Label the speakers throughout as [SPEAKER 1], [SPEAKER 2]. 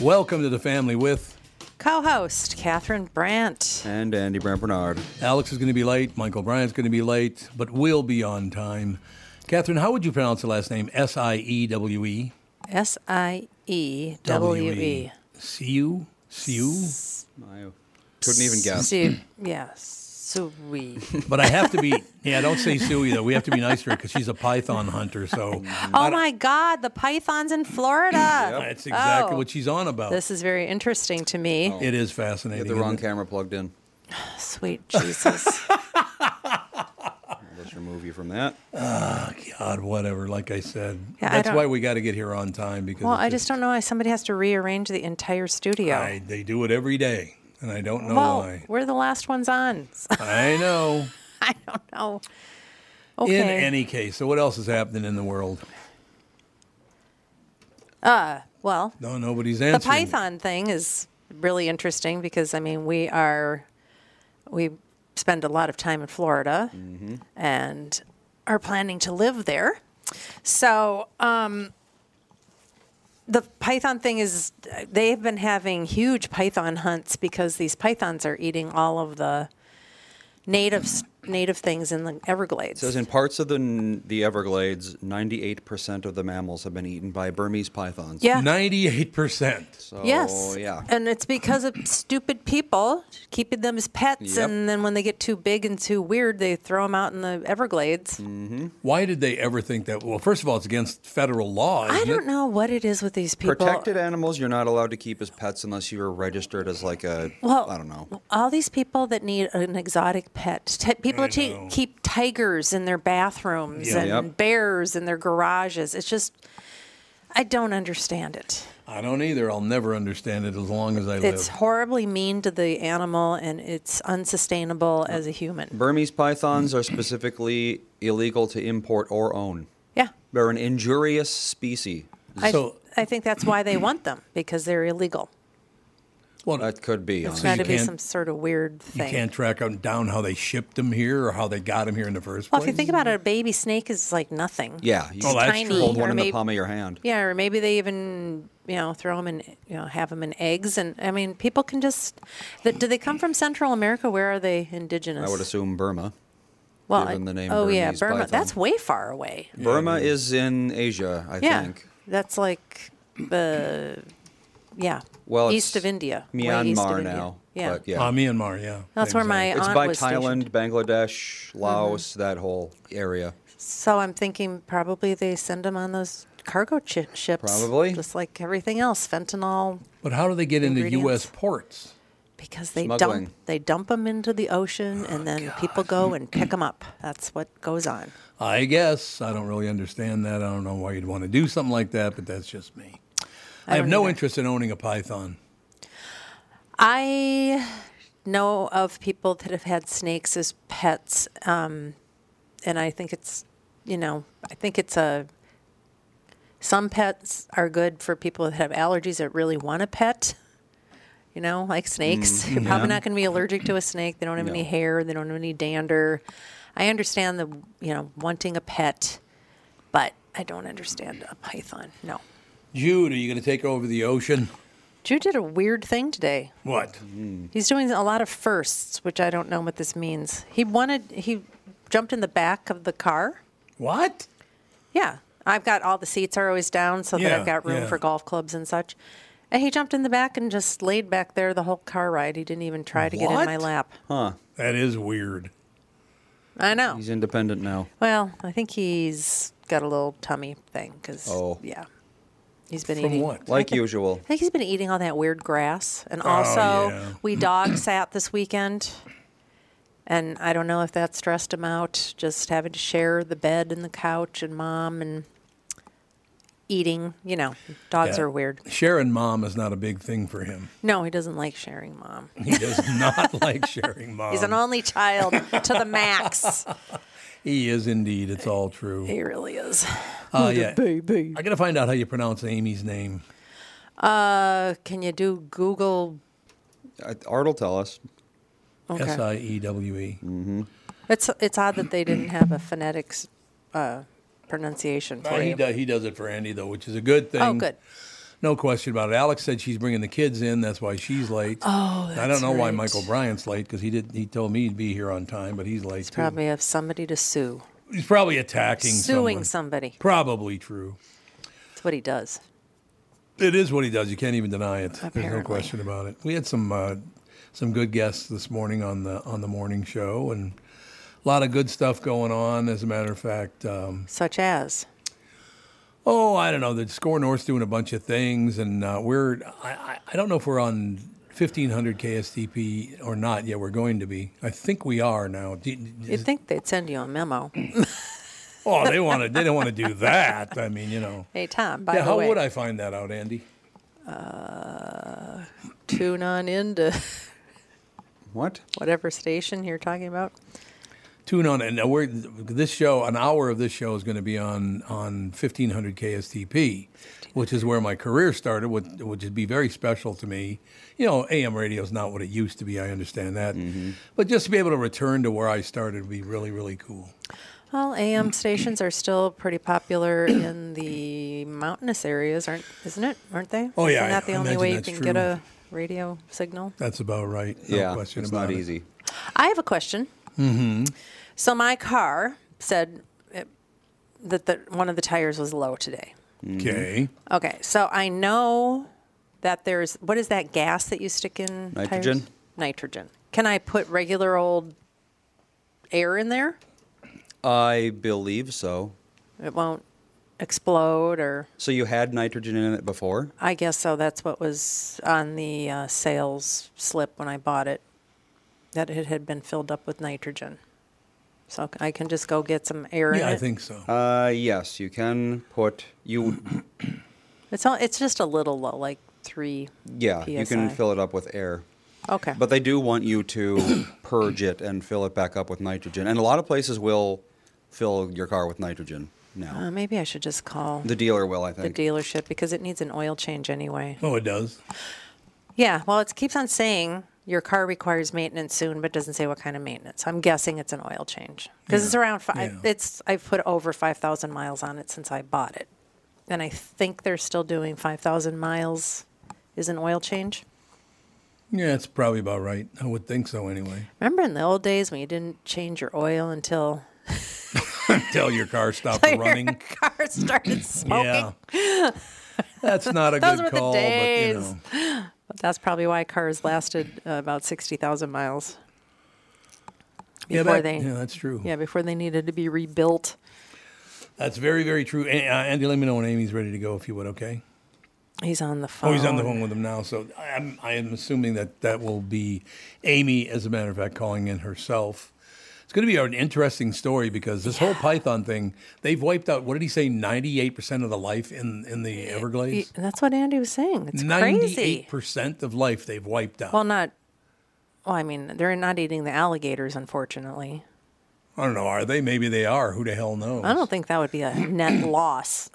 [SPEAKER 1] Welcome to the family with
[SPEAKER 2] co-host Catherine Brandt.
[SPEAKER 3] And Andy Brant Bernard.
[SPEAKER 1] Alex is going to be late, Michael Bryant's going to be late, but we'll be on time. Catherine, how would you pronounce the last name? S I E W E
[SPEAKER 2] S I E W E.
[SPEAKER 1] Siu? Siu?
[SPEAKER 3] I couldn't even guess.
[SPEAKER 2] See, yes, Sui.
[SPEAKER 1] But I have to be, yeah, don't say Sue either. We have to be nice to her because she's a python hunter. So
[SPEAKER 2] Oh my God, the pythons in Florida.
[SPEAKER 1] that's exactly
[SPEAKER 2] Oh.
[SPEAKER 1] what she's on about.
[SPEAKER 2] This is very interesting to me.
[SPEAKER 1] it is fascinating.
[SPEAKER 3] Get the wrong
[SPEAKER 1] isn't it?
[SPEAKER 3] camera plugged in.
[SPEAKER 2] Sweet Jesus.
[SPEAKER 3] Let's remove you from that.
[SPEAKER 1] God, whatever. Like I said,
[SPEAKER 2] Yeah, I
[SPEAKER 1] that's
[SPEAKER 2] don't-
[SPEAKER 1] why we got to get here on time because
[SPEAKER 2] well,
[SPEAKER 1] it's
[SPEAKER 2] I just don't know why somebody has to rearrange the entire studio.
[SPEAKER 1] I, they do it every day, and I don't know
[SPEAKER 2] well,
[SPEAKER 1] why.
[SPEAKER 2] we're the last ones on. So
[SPEAKER 1] I know.
[SPEAKER 2] I don't know. Okay.
[SPEAKER 1] In any case, so what else is happening in the world?
[SPEAKER 2] well,
[SPEAKER 1] No, nobody's
[SPEAKER 2] the
[SPEAKER 1] answering. me.
[SPEAKER 2] python thing is really interesting because I mean we are we spend a lot of time in Florida and are planning to live there. So um, the python thing is they've been having huge python hunts because these pythons are eating all of the native native things in the Everglades.
[SPEAKER 3] It says in parts of the n- the Everglades, 98% of the mammals have been eaten by Burmese pythons.
[SPEAKER 2] yeah.
[SPEAKER 1] Ninety-eight percent.
[SPEAKER 3] So,
[SPEAKER 2] Yes.
[SPEAKER 3] Oh, yeah.
[SPEAKER 2] And it's because of stupid people keeping them as pets,
[SPEAKER 3] Yep.
[SPEAKER 2] and then when they get too big and too weird, they throw them out in the Everglades.
[SPEAKER 1] Why did they ever think that? Well, first of all, it's against federal law.
[SPEAKER 2] I
[SPEAKER 1] isn't
[SPEAKER 2] don't
[SPEAKER 1] it?
[SPEAKER 2] know what it is with these people.
[SPEAKER 3] Mm-hmm. Protected animals you're not allowed to keep as pets unless you are registered as like a
[SPEAKER 2] Well,
[SPEAKER 3] I don't know.
[SPEAKER 2] All these people that need an exotic pet. Ti- people
[SPEAKER 1] I
[SPEAKER 2] that t-
[SPEAKER 1] know.
[SPEAKER 2] keep tigers in their bathrooms
[SPEAKER 1] Yeah.
[SPEAKER 2] and
[SPEAKER 3] Yep.
[SPEAKER 2] bears in their garages. It's just, I don't understand it.
[SPEAKER 1] I don't either. I'll never understand it as long as I
[SPEAKER 2] It's
[SPEAKER 1] live.
[SPEAKER 2] horribly mean to the animal, and it's unsustainable as a human.
[SPEAKER 3] Burmese pythons are specifically illegal to import or own.
[SPEAKER 2] Yeah.
[SPEAKER 3] They're an injurious species.
[SPEAKER 2] I,
[SPEAKER 1] So-
[SPEAKER 2] I think that's why they want them because they're illegal.
[SPEAKER 1] Well,
[SPEAKER 3] That could be.
[SPEAKER 2] It's
[SPEAKER 3] honestly.
[SPEAKER 2] got
[SPEAKER 1] you
[SPEAKER 2] to be
[SPEAKER 1] can't-
[SPEAKER 2] some sort of weird
[SPEAKER 1] you
[SPEAKER 2] thing.
[SPEAKER 1] can't track out down how they shipped them here or how they got them here in the first
[SPEAKER 2] well, if
[SPEAKER 1] place.
[SPEAKER 2] you think about it, a baby snake is like nothing.
[SPEAKER 3] Yeah, you
[SPEAKER 1] Oh,
[SPEAKER 3] should
[SPEAKER 1] that's
[SPEAKER 2] tiny.
[SPEAKER 1] true.
[SPEAKER 3] hold one
[SPEAKER 2] or
[SPEAKER 3] in the
[SPEAKER 2] maybe-
[SPEAKER 3] palm of your hand.
[SPEAKER 2] Yeah, or maybe they even you know throw them in you know have them in eggs, and I mean people can just. The, do they come from Central America? Where are they indigenous?
[SPEAKER 3] I would assume Burma.
[SPEAKER 2] well,
[SPEAKER 3] given the name
[SPEAKER 2] oh yeah,
[SPEAKER 3] Burmese
[SPEAKER 2] Burma.
[SPEAKER 3] python.
[SPEAKER 2] That's way far away.
[SPEAKER 3] Burma is in Asia, I
[SPEAKER 2] Yeah,
[SPEAKER 3] think.
[SPEAKER 2] that's like the yeah.
[SPEAKER 3] Well,
[SPEAKER 2] east
[SPEAKER 3] it's
[SPEAKER 2] of India, way
[SPEAKER 3] Myanmar
[SPEAKER 2] east of India.
[SPEAKER 3] now.
[SPEAKER 2] Yeah,
[SPEAKER 3] but yeah.
[SPEAKER 1] Uh, Myanmar, yeah.
[SPEAKER 2] that's where
[SPEAKER 1] Exactly.
[SPEAKER 2] my
[SPEAKER 3] it's
[SPEAKER 2] aunt
[SPEAKER 3] by
[SPEAKER 2] was
[SPEAKER 3] Thailand,
[SPEAKER 2] stationed. Mm-hmm.
[SPEAKER 3] Bangladesh, Laos, that whole area.
[SPEAKER 2] So I'm thinking probably they send them on those cargo chi- ships.
[SPEAKER 3] Probably.
[SPEAKER 2] Just like everything else, fentanyl,
[SPEAKER 1] But how do they get into
[SPEAKER 2] Ingredients.
[SPEAKER 1] U.S. ports?
[SPEAKER 2] because they
[SPEAKER 3] Smuggling. Oh,
[SPEAKER 2] dump they dump them into the ocean and then people go and pick them up. That's what goes on.
[SPEAKER 1] I guess I don't really understand that. I don't know why you'd want to do something like that, but that's just me. I, have
[SPEAKER 2] don't
[SPEAKER 1] no
[SPEAKER 2] either.
[SPEAKER 1] interest in owning a python.
[SPEAKER 2] I know of people that have had snakes as pets, um, and I think it's, you know, I think it's a. Some pets are good for people that have allergies that really want a pet. You know, like snakes. You're probably not going to be allergic to a snake. They don't have any
[SPEAKER 3] No.
[SPEAKER 2] hair. They don't have any dander. I understand the, you know, wanting a pet, but I don't understand a python. No.
[SPEAKER 1] Jude, are you going to take over the ocean?
[SPEAKER 2] Drew did a weird thing today.
[SPEAKER 1] What?
[SPEAKER 2] He's doing a lot of firsts, which I don't know what this means. He wanted he jumped in the back of the car.
[SPEAKER 1] What?
[SPEAKER 2] Yeah. I've got all the seats are always down so that
[SPEAKER 1] Yeah,
[SPEAKER 2] I've got room
[SPEAKER 1] yeah.
[SPEAKER 2] for golf clubs and such. And he jumped in the back and just laid back there the whole car ride. He didn't even try to get in my
[SPEAKER 1] What?
[SPEAKER 2] lap.
[SPEAKER 1] That is weird.
[SPEAKER 2] I know.
[SPEAKER 3] He's independent now.
[SPEAKER 2] Well, I think he's got a little tummy thing cuz
[SPEAKER 3] Oh.
[SPEAKER 2] yeah. He's been
[SPEAKER 1] From
[SPEAKER 2] eating
[SPEAKER 1] what?
[SPEAKER 3] Like usual.
[SPEAKER 2] I think he's been eating all that weird grass. And also,
[SPEAKER 1] Oh, yeah.
[SPEAKER 2] we dog sat this weekend. And I don't know if that stressed him out, just having to share the bed and the couch and mom. And eating. You know, dogs
[SPEAKER 1] Yeah.
[SPEAKER 2] are weird.
[SPEAKER 1] Sharing mom is not a big thing for him.
[SPEAKER 2] No, he doesn't like sharing mom.
[SPEAKER 1] He does not like sharing mom.
[SPEAKER 2] He's an only child to the max.
[SPEAKER 1] he is indeed. It's all true.
[SPEAKER 2] He really is.
[SPEAKER 1] Uh, yeah. I got to find out how you pronounce Amy's name.
[SPEAKER 2] Uh, can you do Google?
[SPEAKER 3] Uh, Art will tell us.
[SPEAKER 2] Okay.
[SPEAKER 1] S I E W E.
[SPEAKER 2] It's it's odd that they didn't have a phonetics uh, pronunciation for
[SPEAKER 1] He
[SPEAKER 2] you.
[SPEAKER 1] does, he does it for Andy, though, which is a good thing.
[SPEAKER 2] Oh, good.
[SPEAKER 1] No question about it. Alex said she's bringing the kids in. That's why she's late. Oh, I don't
[SPEAKER 2] that's
[SPEAKER 1] know why
[SPEAKER 2] right.
[SPEAKER 1] Michael Bryant's late because he did. He told me he'd be here on time, but he's late too.
[SPEAKER 2] Probably have somebody to sue,
[SPEAKER 1] he's probably attacking, someone.
[SPEAKER 2] suing somebody.
[SPEAKER 1] Probably true.
[SPEAKER 2] That's what he does.
[SPEAKER 1] It is what he does. You can't even deny it. There's no
[SPEAKER 2] Apparently.
[SPEAKER 1] question about it. We had some uh, some good guests this morning on the on the morning show, and a lot of good stuff going on. As a matter of fact, um,
[SPEAKER 2] Such as
[SPEAKER 1] oh, I don't know. The Score North's doing a bunch of things, and uh, we're I, I, I don't know if we're on 1500 KSTP or not yet. We're going to be. I think we are now. Do-
[SPEAKER 2] you'd think they'd send you a memo.
[SPEAKER 1] Oh, they want to. They don't want to do that. I mean, you know.
[SPEAKER 2] Hey Tom, by
[SPEAKER 1] Yeah,
[SPEAKER 2] the
[SPEAKER 1] how
[SPEAKER 2] way,
[SPEAKER 1] would I find that out, Andy?
[SPEAKER 2] tune on into
[SPEAKER 3] What?
[SPEAKER 2] whatever station you're talking about?
[SPEAKER 1] tune on and we're this show an hour of this show is going to be on on 1500 kstp which is where my career started which which would be very special to me you know am radio is not what it used to be i understand that
[SPEAKER 3] Mm-hmm.
[SPEAKER 1] but just to be able to return to where i started would be really really cool
[SPEAKER 2] Well, AM stations are still pretty popular in the mountainous areas, aren't? Isn't it? Aren't they?
[SPEAKER 1] Oh, yeah,
[SPEAKER 2] Isn't that the
[SPEAKER 1] I
[SPEAKER 2] only
[SPEAKER 1] imagine
[SPEAKER 2] way you
[SPEAKER 1] that's
[SPEAKER 2] can get
[SPEAKER 1] true.
[SPEAKER 2] a radio signal?
[SPEAKER 1] that's about right no
[SPEAKER 3] yeah,
[SPEAKER 1] question
[SPEAKER 3] it's
[SPEAKER 1] about
[SPEAKER 3] not
[SPEAKER 1] it.
[SPEAKER 3] easy.
[SPEAKER 2] I have a question. Mm-hmm. So my car said it, that the, one of the tires was low today.
[SPEAKER 1] okay
[SPEAKER 2] Okay, so I know that there's what is that gas that you stick in tires?
[SPEAKER 3] Nitrogen.
[SPEAKER 2] Nitrogen. Can I put regular old air in there?
[SPEAKER 3] I believe so.
[SPEAKER 2] It won't explode, or
[SPEAKER 3] So you had nitrogen in it before?
[SPEAKER 2] I guess so. That's what was on the uh, sales slip when I bought it. That it had been filled up with nitrogen. So I can just go get some air in
[SPEAKER 1] yeah i
[SPEAKER 2] it.
[SPEAKER 1] think so
[SPEAKER 3] Uh, yes, you can put you.
[SPEAKER 2] It's all, it's just a little low, like three.
[SPEAKER 3] Yeah, you can
[SPEAKER 2] PSI.
[SPEAKER 3] fill it up with air.
[SPEAKER 2] Okay.
[SPEAKER 3] But they do want you to purge it and fill it back up with nitrogen. And a lot of places will fill your car with nitrogen now.
[SPEAKER 4] Ah.
[SPEAKER 2] uh, maybe I should just call
[SPEAKER 3] the dealer will, I
[SPEAKER 2] the
[SPEAKER 3] think.
[SPEAKER 2] dealership because it needs an oil change anyway.
[SPEAKER 1] oh it does
[SPEAKER 2] Yeah. Well, it keeps on saying your car requires maintenance soon, but doesn't say what kind of maintenance. I'm guessing it's an oil change because it's around five.
[SPEAKER 1] yeah.
[SPEAKER 2] It's I've put over five thousand miles on it since I bought it, and I think they're still doing five thousand miles is an oil change.
[SPEAKER 1] yeah it's probably about right i would think so anyway
[SPEAKER 2] Remember in the old days when you didn't change your oil until
[SPEAKER 1] tell your car stopped
[SPEAKER 2] your
[SPEAKER 1] running
[SPEAKER 2] car started smoking?
[SPEAKER 1] yeah that's not a
[SPEAKER 2] Those
[SPEAKER 1] good
[SPEAKER 2] were the
[SPEAKER 1] call
[SPEAKER 2] days.
[SPEAKER 1] but you know
[SPEAKER 2] That's probably why cars lasted uh, about 60,000 miles before
[SPEAKER 1] yeah, that-
[SPEAKER 2] they
[SPEAKER 1] yeah
[SPEAKER 2] yeah.
[SPEAKER 1] that's true
[SPEAKER 2] before they needed to be rebuilt.
[SPEAKER 1] That's very, very true. And, uh, Andy, let me know when Amy's ready to go, if you would, okay?
[SPEAKER 2] He's on the phone.
[SPEAKER 1] Oh, he's on the phone with him now, so I- I'm, I am assuming that that will be Amy, as a matter of fact, calling in herself. It's going to be an interesting story because this whole Python thing, they've wiped out, what did he say, 98% of the life in, in the
[SPEAKER 2] He-
[SPEAKER 1] Everglades?
[SPEAKER 2] that's what Andy was saying. It's crazy.
[SPEAKER 1] 98% of life they've wiped out.
[SPEAKER 2] Well, not Well, I mean, they're not eating the alligators unfortunately.
[SPEAKER 1] I don't know, are they? Maybe they are. Who the hell knows?
[SPEAKER 2] I don't think that would be a net loss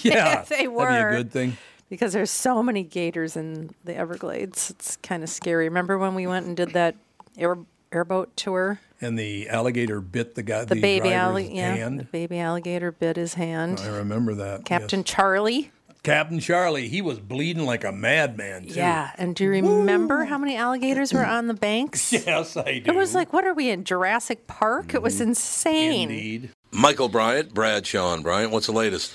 [SPEAKER 1] yeah,
[SPEAKER 2] if they
[SPEAKER 1] That'd
[SPEAKER 2] were.
[SPEAKER 1] be a good thing.
[SPEAKER 2] because there's so many gators in the Everglades. It's kind of scary. Remember when we went and did that air airboat tour?
[SPEAKER 1] And the alligator bit the guy,
[SPEAKER 2] The, baby
[SPEAKER 1] driver's
[SPEAKER 2] alligator, yeah, the
[SPEAKER 1] hand.
[SPEAKER 2] baby alligator bit his hand.
[SPEAKER 1] I remember that. yes.
[SPEAKER 2] Captain Charlie.
[SPEAKER 1] Captain Charlie, he was bleeding like a madman. Too.
[SPEAKER 2] Yeah. And do you remember how many alligators were on the banks?
[SPEAKER 1] Yes, I do.
[SPEAKER 2] It was like, what are we in Jurassic Park? It
[SPEAKER 1] Mm-hmm.
[SPEAKER 2] was insane.
[SPEAKER 1] Indeed.
[SPEAKER 5] Michael Bryant, Brad Sean Bryant, what's the latest?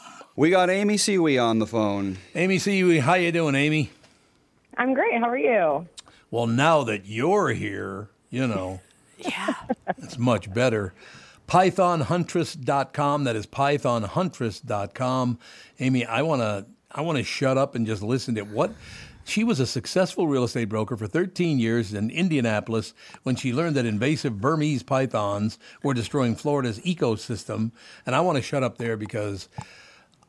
[SPEAKER 3] We got Amy Seewee on the phone.
[SPEAKER 1] Amy, see you. How you doing, Amy?
[SPEAKER 4] I'm great. How are you?
[SPEAKER 1] Well, now that you're here, you know,
[SPEAKER 2] Yeah.
[SPEAKER 1] it's much better. Pythonhuntress.com. That is pythonhuntress.com. Amy, I want to I want to shut up and just listen to what she was a successful real estate broker for 13 years in Indianapolis when she learned that invasive Burmese pythons were destroying Florida's ecosystem. And I want to shut up there because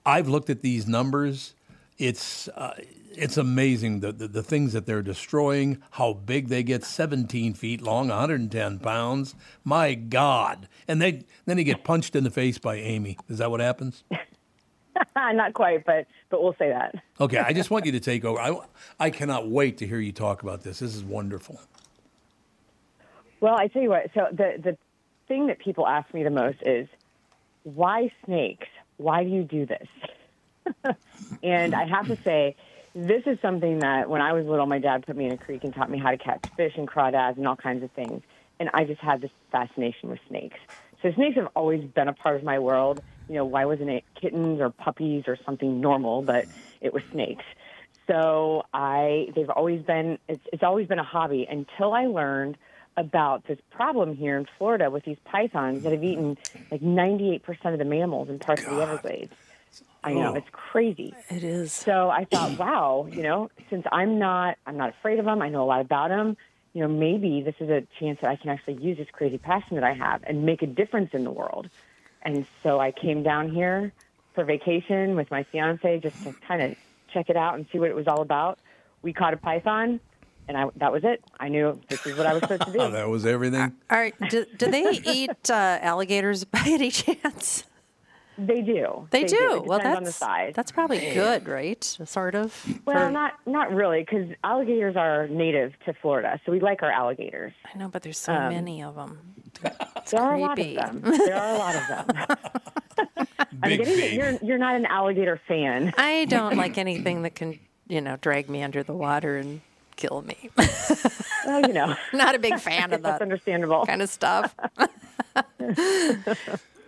[SPEAKER 1] I've looked at these numbers. It's uh, it's amazing the, the the things that they're destroying. How big they get? Seventeen feet long, 110 pounds. My God! And they then you get punched in the face by Amy. Is that what happens?
[SPEAKER 4] Uh, Not quite, but but we'll say that.
[SPEAKER 1] Okay, I just want you to take over. I I cannot wait to hear you talk about this. This is wonderful.
[SPEAKER 4] Well, I tell you what. So the the thing that people ask me the most is, why snakes? Why do you do this? and I have to say, this is something that when I was little, my dad put me in a creek and taught me how to catch fish and crawdads and all kinds of things. And I just had this fascination with snakes. So snakes have always been a part of my world. You know, why wasn't it kittens or puppies or something normal? But it was snakes. So I, they've always been, it's, it's always been a hobby until I learned about this problem here in Florida with these pythons that have eaten like 98% of the mammals in parts of the Everglades. I know, it's crazy.
[SPEAKER 2] It is.
[SPEAKER 4] So I thought, wow, you know, since I'm not, I'm not afraid of them. I know a lot about them. You know, maybe this is a chance that I can actually use this crazy passion that I have and make a difference in the world. And so I came down here for vacation with my fiance just to kind of check it out and see what it was all about. We caught a python, and I, that was it. I knew this is what I was supposed to do.
[SPEAKER 1] Oh, that was everything.
[SPEAKER 2] All right. Do, do they eat uh, alligators by any chance?
[SPEAKER 4] They do.
[SPEAKER 2] They, do.
[SPEAKER 4] It
[SPEAKER 2] Well,
[SPEAKER 4] depends
[SPEAKER 2] that's
[SPEAKER 4] on the size.
[SPEAKER 2] that's probably good, right? Sort of.
[SPEAKER 4] well,
[SPEAKER 2] for-
[SPEAKER 4] not not really, because alligators are native to Florida, so we like our alligators.
[SPEAKER 2] I know, but there's so many of them.
[SPEAKER 4] um, There are a lot of
[SPEAKER 2] creepy.
[SPEAKER 4] them. There are a lot of them. I'm
[SPEAKER 1] Big
[SPEAKER 4] getting that
[SPEAKER 1] thing.
[SPEAKER 4] you're you're not an alligator fan.
[SPEAKER 2] I don't like anything that can, you know, drag me under the water and kill me.
[SPEAKER 4] Well, you know,
[SPEAKER 2] not a big fan of
[SPEAKER 4] that's
[SPEAKER 2] that
[SPEAKER 4] understandable.
[SPEAKER 2] kind of stuff.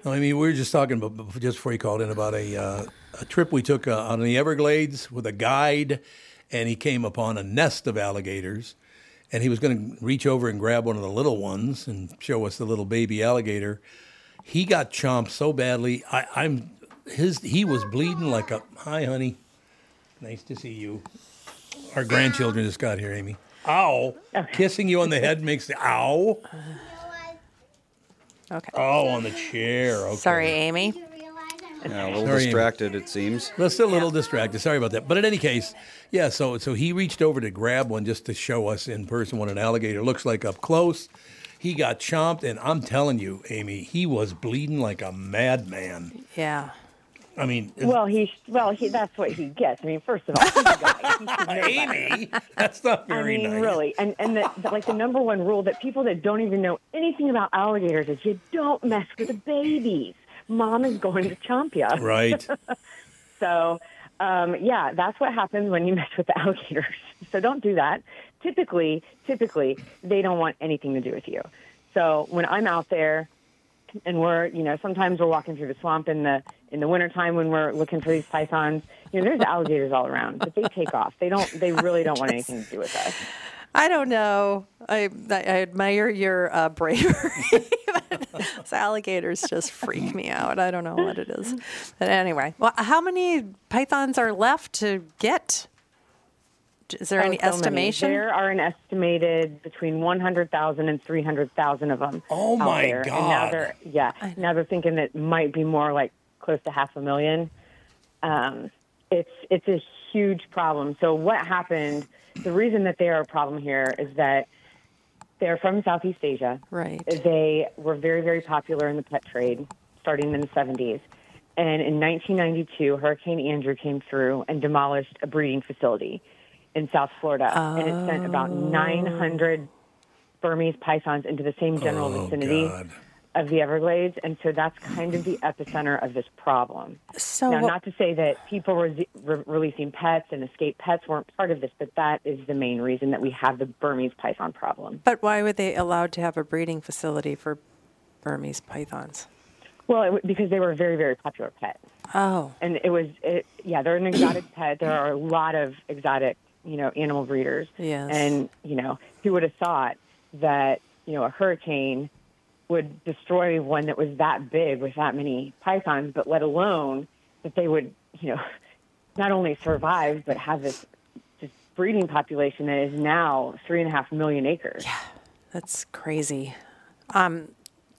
[SPEAKER 1] No, I mean, we were just talking about bef- just before you called in about a uh, a trip we took uh, out in the Everglades with a guide, and he came upon a nest of alligators, and he was going to reach over and grab one of the little ones and show us the little baby alligator. He got chomped so badly. I, I'm his. He was bleeding like a. Hi, honey. Nice to see you. Our grandchildren just got here, Amy. Ow! Kissing you on the head makes the ow.
[SPEAKER 2] Okay.
[SPEAKER 1] Oh, on the chair. Okay.
[SPEAKER 2] Sorry, Amy.
[SPEAKER 3] Yeah, a little
[SPEAKER 1] Sorry, Amy.
[SPEAKER 3] distracted, it seems.
[SPEAKER 1] That's still a little distracted. Sorry about that. But in any case, yeah. So so he reached over to grab one just to show us in person what an alligator looks like up close. He got chomped, and I'm telling you, Amy, he was bleeding like a madman.
[SPEAKER 2] Yeah.
[SPEAKER 1] I mean, is-
[SPEAKER 4] Well, he well he that's what he gets. I mean, first of all, he's a guy. He should know better.
[SPEAKER 1] Amy, that's not very
[SPEAKER 4] I mean,
[SPEAKER 1] nice.
[SPEAKER 4] really, and and the, the, like the number one rule that people that don't even know anything about alligators is you don't mess with the babies. Mom is going to chomp you.
[SPEAKER 1] Right.
[SPEAKER 4] So, um, yeah, that's what happens when you mess with the alligators. So don't do that. Typically, typically they don't want anything to do with you. So when I'm out there and we're, you know, sometimes we're walking through the swamp in the in the wintertime when we're looking for these pythons, you know, there's alligators all around, but they take off. They don't they really don't want anything to do with us.
[SPEAKER 2] I don't know. I I admire your uh, bravery. but those alligators just freak me out. I don't know what it is, but anyway. Well, how many pythons are left to get? Is there
[SPEAKER 4] Oh,
[SPEAKER 2] any
[SPEAKER 4] so many.
[SPEAKER 2] estimation?
[SPEAKER 4] There are an estimated between 100,000 and 300,000 of them.
[SPEAKER 1] Oh,
[SPEAKER 4] out
[SPEAKER 1] my
[SPEAKER 4] there. And now
[SPEAKER 1] God.
[SPEAKER 4] they're yeah. Now they're thinking it might be more like close to half a million. Um, it's it's a huge problem. So what happened? The reason that they are a problem here is that they're from Southeast Asia.
[SPEAKER 2] Right.
[SPEAKER 4] They were very very popular in the pet trade starting in the 70s. And in 1992, Hurricane Andrew came through and demolished a breeding facility in South Florida, and it sent about 900 Burmese pythons into the same general
[SPEAKER 1] Oh,
[SPEAKER 4] vicinity
[SPEAKER 1] God.
[SPEAKER 4] of the Everglades, and so that's kind of the epicenter of this problem.
[SPEAKER 2] So
[SPEAKER 4] now,
[SPEAKER 2] what-
[SPEAKER 4] not to say that people re- re- releasing pets and escaped pets weren't part of this, but that is the main reason that we have the Burmese python problem.
[SPEAKER 2] But why were they allowed to have a breeding facility for Burmese pythons?
[SPEAKER 4] Well, it, w- because they were a very, very popular pet.
[SPEAKER 2] Oh,
[SPEAKER 4] and it was it, yeah they're an exotic pet there are a lot of exotic you know animal breeders
[SPEAKER 2] Yes.
[SPEAKER 4] and you know who would have thought that you know a hurricane would destroy one that was that big with that many pythons but let alone that they would you know not only survive but have this just breeding population that is now three and a half million acres
[SPEAKER 2] that's crazy. Um,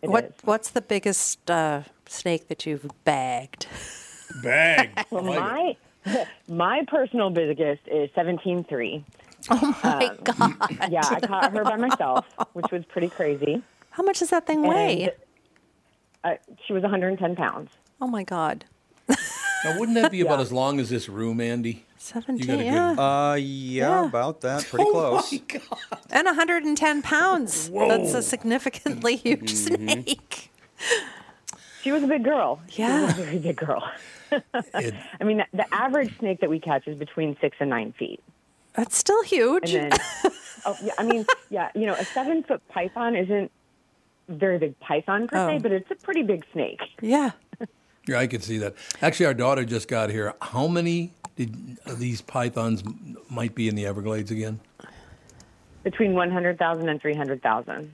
[SPEAKER 4] It
[SPEAKER 2] what
[SPEAKER 4] is.
[SPEAKER 2] What's the biggest uh, snake that you've bagged?
[SPEAKER 1] Bag.
[SPEAKER 4] Well,
[SPEAKER 1] Like it.
[SPEAKER 4] my my personal biggest is seventeen three. Oh my god! Yeah, I caught her by myself, which was pretty crazy.
[SPEAKER 2] How much does that thing
[SPEAKER 4] And,
[SPEAKER 2] weigh?
[SPEAKER 4] uh, she was 110 pounds.
[SPEAKER 2] Oh my God,
[SPEAKER 1] Now, wouldn't that be about as long as this room, Andy? You got
[SPEAKER 2] seventeen.
[SPEAKER 1] a
[SPEAKER 2] Yeah.
[SPEAKER 1] good.
[SPEAKER 3] Uh, yeah,
[SPEAKER 2] Yeah.
[SPEAKER 3] about that. Pretty close.
[SPEAKER 1] Oh my God.
[SPEAKER 2] And 110 pounds. That's a significantly
[SPEAKER 1] Mm-hmm.
[SPEAKER 2] huge snake.
[SPEAKER 4] She was a big girl. she
[SPEAKER 2] Yeah.
[SPEAKER 4] was a very big girl.
[SPEAKER 1] It-
[SPEAKER 4] I mean, the, the average snake that we catch is between six and nine feet.
[SPEAKER 2] That's still huge.
[SPEAKER 4] And then, oh, yeah, I mean, yeah, you know, a seven foot python isn't a very big python per
[SPEAKER 2] Oh.
[SPEAKER 4] se, but it's a pretty big snake.
[SPEAKER 2] yeah.
[SPEAKER 1] yeah, I could see that. Actually, our daughter just got here. How many did of these pythons m- might be in the Everglades again?
[SPEAKER 4] Between 100,000 and 300,000.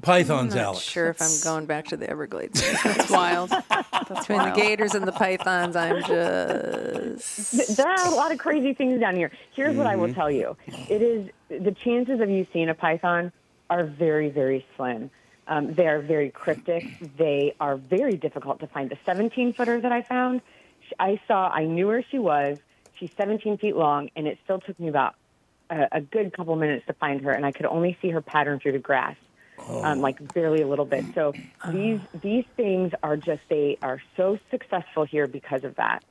[SPEAKER 1] Pythons,
[SPEAKER 6] Not
[SPEAKER 1] Alex.
[SPEAKER 6] sure if I'm going back to the Everglades. That's wild. That's
[SPEAKER 2] Between the
[SPEAKER 6] wild.
[SPEAKER 2] gators and the pythons, I'm just.
[SPEAKER 4] There are a lot of crazy things down here. Here's what I will tell you: it is the chances of you seeing a python are very, very slim. Um, they are very cryptic. They are very difficult to find. The 17 footer that I found, sh- I saw. I knew where she was. She's 17 feet long, and it still took me about a, a good couple minutes to find her, and I could only see her pattern through the grass, um, like barely a little bit. So these these things are just they are so successful here because of that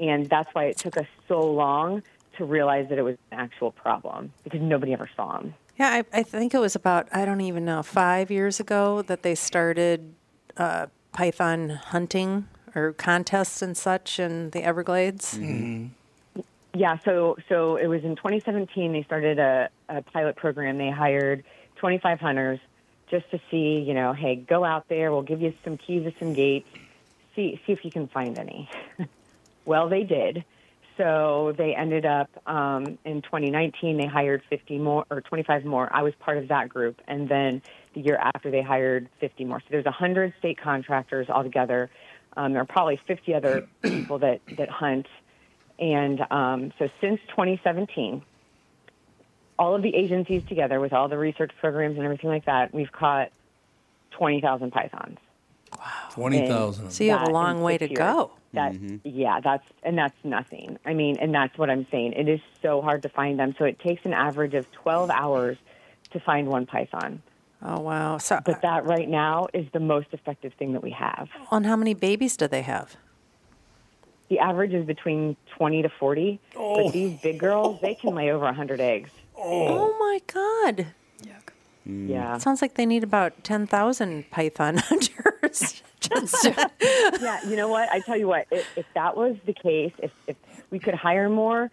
[SPEAKER 4] and that's why it took us so long to realize that it was an actual problem because nobody ever saw them.
[SPEAKER 2] Yeah, I, I think it was about, I don't even know, five years ago that they started uh, python hunting or contests and such in the Everglades.
[SPEAKER 1] Mm-hmm.
[SPEAKER 4] Yeah, so so it was in 2017 they started a, a pilot program. They hired 25 hunters just to see, you know, hey, go out there. We'll give you some keys to some gates. See see if you can find any. well, they did. So they ended up um, in 2019 they hired 50 more or 25 more. I was part of that group, and then the year after they hired 50 more. So there's 100 state contractors altogether. Um, there are probably 50 other people that that hunt. And um, so since 2017, all of the agencies together with all the research programs and everything like that, we've caught 20,000 pythons.
[SPEAKER 1] Twenty thousand.
[SPEAKER 2] So you have
[SPEAKER 4] That
[SPEAKER 2] a
[SPEAKER 4] in
[SPEAKER 2] long way to
[SPEAKER 4] six years.
[SPEAKER 2] go.
[SPEAKER 4] That, Yeah, that's, and that's nothing. I mean, and that's what I'm saying. It is so hard to find them. So it takes an average of 12 hours to find one python.
[SPEAKER 2] Oh, wow. So,
[SPEAKER 4] But that right now is the most effective thing that we have.
[SPEAKER 2] on how many babies do they have?
[SPEAKER 4] The average is between 20 to 40. But these big girls, they can lay over 100 eggs.
[SPEAKER 2] Oh my God.
[SPEAKER 4] Yeah.
[SPEAKER 2] It sounds like they need about 10,000 python hunters. Just
[SPEAKER 4] yeah, you know what? I tell you what, if, if that was the case, if, if we could hire more,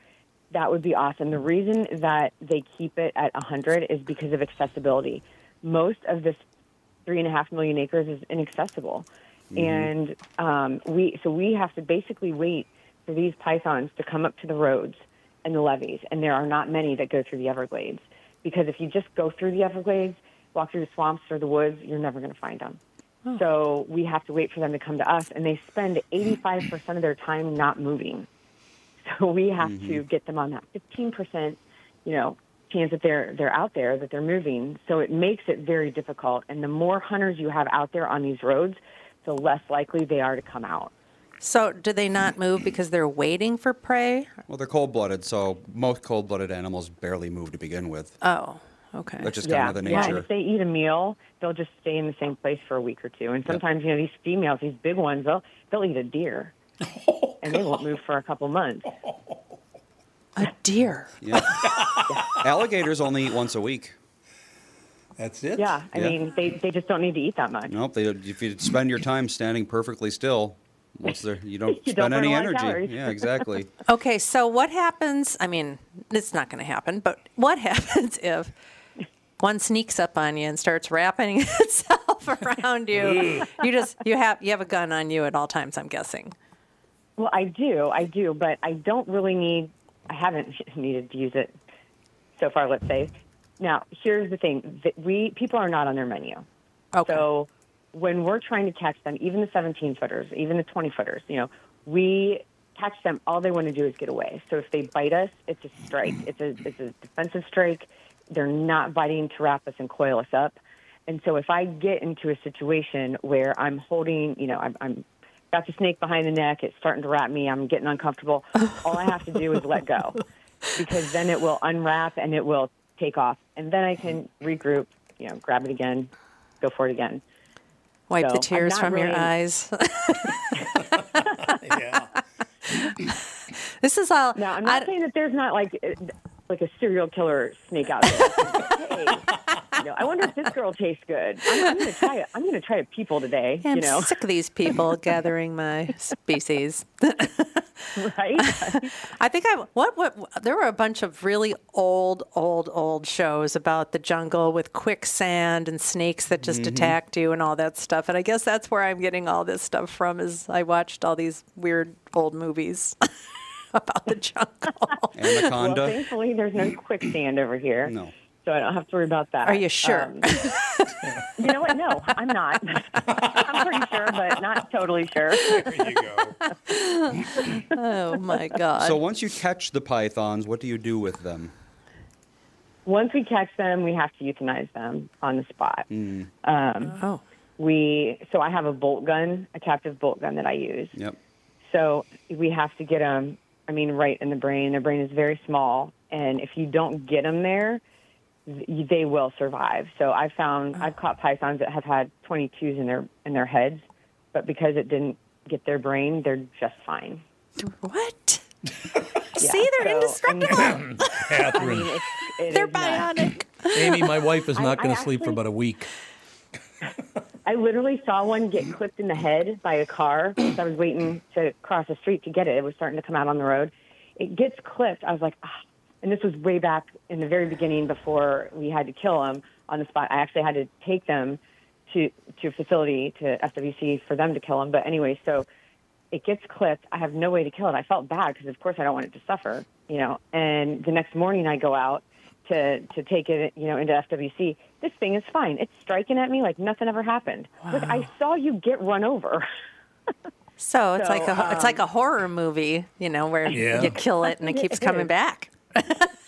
[SPEAKER 4] that would be awesome. The reason that they keep it at 100 is because of accessibility. Most of this three and a half million acres is inaccessible. And um, we, so we have to basically wait for these pythons to come up to the roads and the levees. And there are not many that go through the Everglades because if you just go through the Everglades, walk through the swamps or the woods, you're never going to find them.
[SPEAKER 3] Oh.
[SPEAKER 4] So we have to wait for them to come to us, and they spend 85% of their time not moving. So we have
[SPEAKER 3] Mm-hmm.
[SPEAKER 4] to get them on that 15%, you know, chance that they're they're out there, that they're moving. So it makes it very difficult. And the more hunters you have out there on these roads, the less likely they are to come out.
[SPEAKER 2] so, do they not move because they're waiting for prey?
[SPEAKER 3] Well, they're cold blooded, so most cold blooded animals barely move to begin with.
[SPEAKER 2] Oh, okay.
[SPEAKER 3] That's just
[SPEAKER 4] yeah,
[SPEAKER 3] kind of the
[SPEAKER 4] yeah. And
[SPEAKER 3] nature.
[SPEAKER 4] if they eat a meal, they'll just stay in the same place for a week or two. And sometimes, you know, these females, these big ones, they'll they'll eat a deer, and they won't move for a couple months.
[SPEAKER 2] A deer.
[SPEAKER 3] Alligators only eat once a week.
[SPEAKER 1] That's it.
[SPEAKER 4] Yeah, I
[SPEAKER 3] Yeah.
[SPEAKER 4] mean, they, they just don't need to eat that much.
[SPEAKER 3] Nope. They, if you spend your time standing perfectly still, once there, you don't
[SPEAKER 4] You
[SPEAKER 3] spend
[SPEAKER 4] don't burn
[SPEAKER 3] any
[SPEAKER 4] a lot of
[SPEAKER 3] energy.
[SPEAKER 4] calories.
[SPEAKER 3] Yeah, exactly.
[SPEAKER 2] Okay, so what happens? I mean, it's not going to happen, but what happens if one sneaks up on you and starts wrapping itself around you? you just you have you have a gun on you at all times. I'm guessing.
[SPEAKER 4] Well, I do, I do, but I don't really need. I haven't needed to use it so far. Let's say. Now, here's the thing: that we people are not on their menu.
[SPEAKER 2] Okay.
[SPEAKER 4] So when we're trying to catch them, even the 17 footers, even the 20 footers, you know, we catch them. All they want to do is get away. So if they bite us, it's a strike. It's a it's a defensive strike. They're not biting to wrap us and coil us up. And so if I get into a situation where I'm holding, you know, I'm, I'm got the snake behind the neck, it's starting to wrap me, I'm getting uncomfortable. All I have to do is let go because then it will unwrap and it will take off. And then I can regroup, you know, grab it again, go for it again.
[SPEAKER 2] Wipe
[SPEAKER 4] so
[SPEAKER 2] the
[SPEAKER 4] I'm
[SPEAKER 2] tears
[SPEAKER 4] not
[SPEAKER 2] from your
[SPEAKER 4] really-
[SPEAKER 2] eyes.
[SPEAKER 1] Yeah.
[SPEAKER 2] this is all.
[SPEAKER 4] Now, I'm
[SPEAKER 2] I
[SPEAKER 4] not
[SPEAKER 2] d-
[SPEAKER 4] saying that there's not like uh, like a serial killer snake out there. hey, you know, I wonder if this girl tastes good. I'm, I'm gonna try it. I'm gonna try it. People today,
[SPEAKER 2] I'm
[SPEAKER 4] you know,
[SPEAKER 2] sick of these people gathering my species.
[SPEAKER 4] right?
[SPEAKER 2] I think I what what there were a bunch of really old old old shows about the jungle with quicksand and snakes that just attacked you and all that stuff and I guess that's where I'm getting all this stuff from is I watched all these weird old movies about the jungle.
[SPEAKER 3] Anaconda.
[SPEAKER 4] Well, thankfully, there's no quicksand over here.
[SPEAKER 3] No.
[SPEAKER 4] So I don't have to worry about that. Um,
[SPEAKER 2] Are you sure?
[SPEAKER 4] you know what? No, I'm not. I'm pretty sure, but not totally sure.
[SPEAKER 1] There you go.
[SPEAKER 2] oh my god.
[SPEAKER 3] so once you catch the pythons, what do you do with them?
[SPEAKER 4] Once we catch them, we have to euthanize them on the spot. Um,
[SPEAKER 2] oh.
[SPEAKER 4] We so I have a bolt gun, a captive bolt gun that I use.
[SPEAKER 3] Yep.
[SPEAKER 4] So we have to get them, I mean, right in the brain. Their brain is very small. And if you don't get them there, th- they will survive. So I've found, I've caught pythons that have had 22s in their, in their heads, but because it didn't get their brain, they're just fine.
[SPEAKER 2] What? See they're
[SPEAKER 4] so, I mean-
[SPEAKER 2] indestructible.
[SPEAKER 1] Catherine.
[SPEAKER 4] It's, it
[SPEAKER 2] they're
[SPEAKER 4] is nuts.
[SPEAKER 2] bionic.
[SPEAKER 1] Amy, my wife is not
[SPEAKER 4] I
[SPEAKER 1] going to sleep for
[SPEAKER 4] actually-
[SPEAKER 1] about a week.
[SPEAKER 4] I literally saw one get clipped in the head by a car because I was waiting to cross the street to get it. It was starting to come out on the road. It gets clipped. I was like, ah. and this was way back in the very beginning before we had to kill them on the spot. I actually had to take them to to a facility to FWC for them to kill them. But anyway, so it gets clipped. I have no way to kill it. I felt bad because, of course, I don't want it to suffer, you know. And the next morning, I go out to to take it, you know, into FWC. This thing is fine. It's striking at me like nothing ever happened. Look, I saw you get run over.
[SPEAKER 2] So it's
[SPEAKER 4] So, um,
[SPEAKER 2] like a it's like a horror movie, you know, where
[SPEAKER 1] Yeah.
[SPEAKER 2] you kill it and it keeps coming back.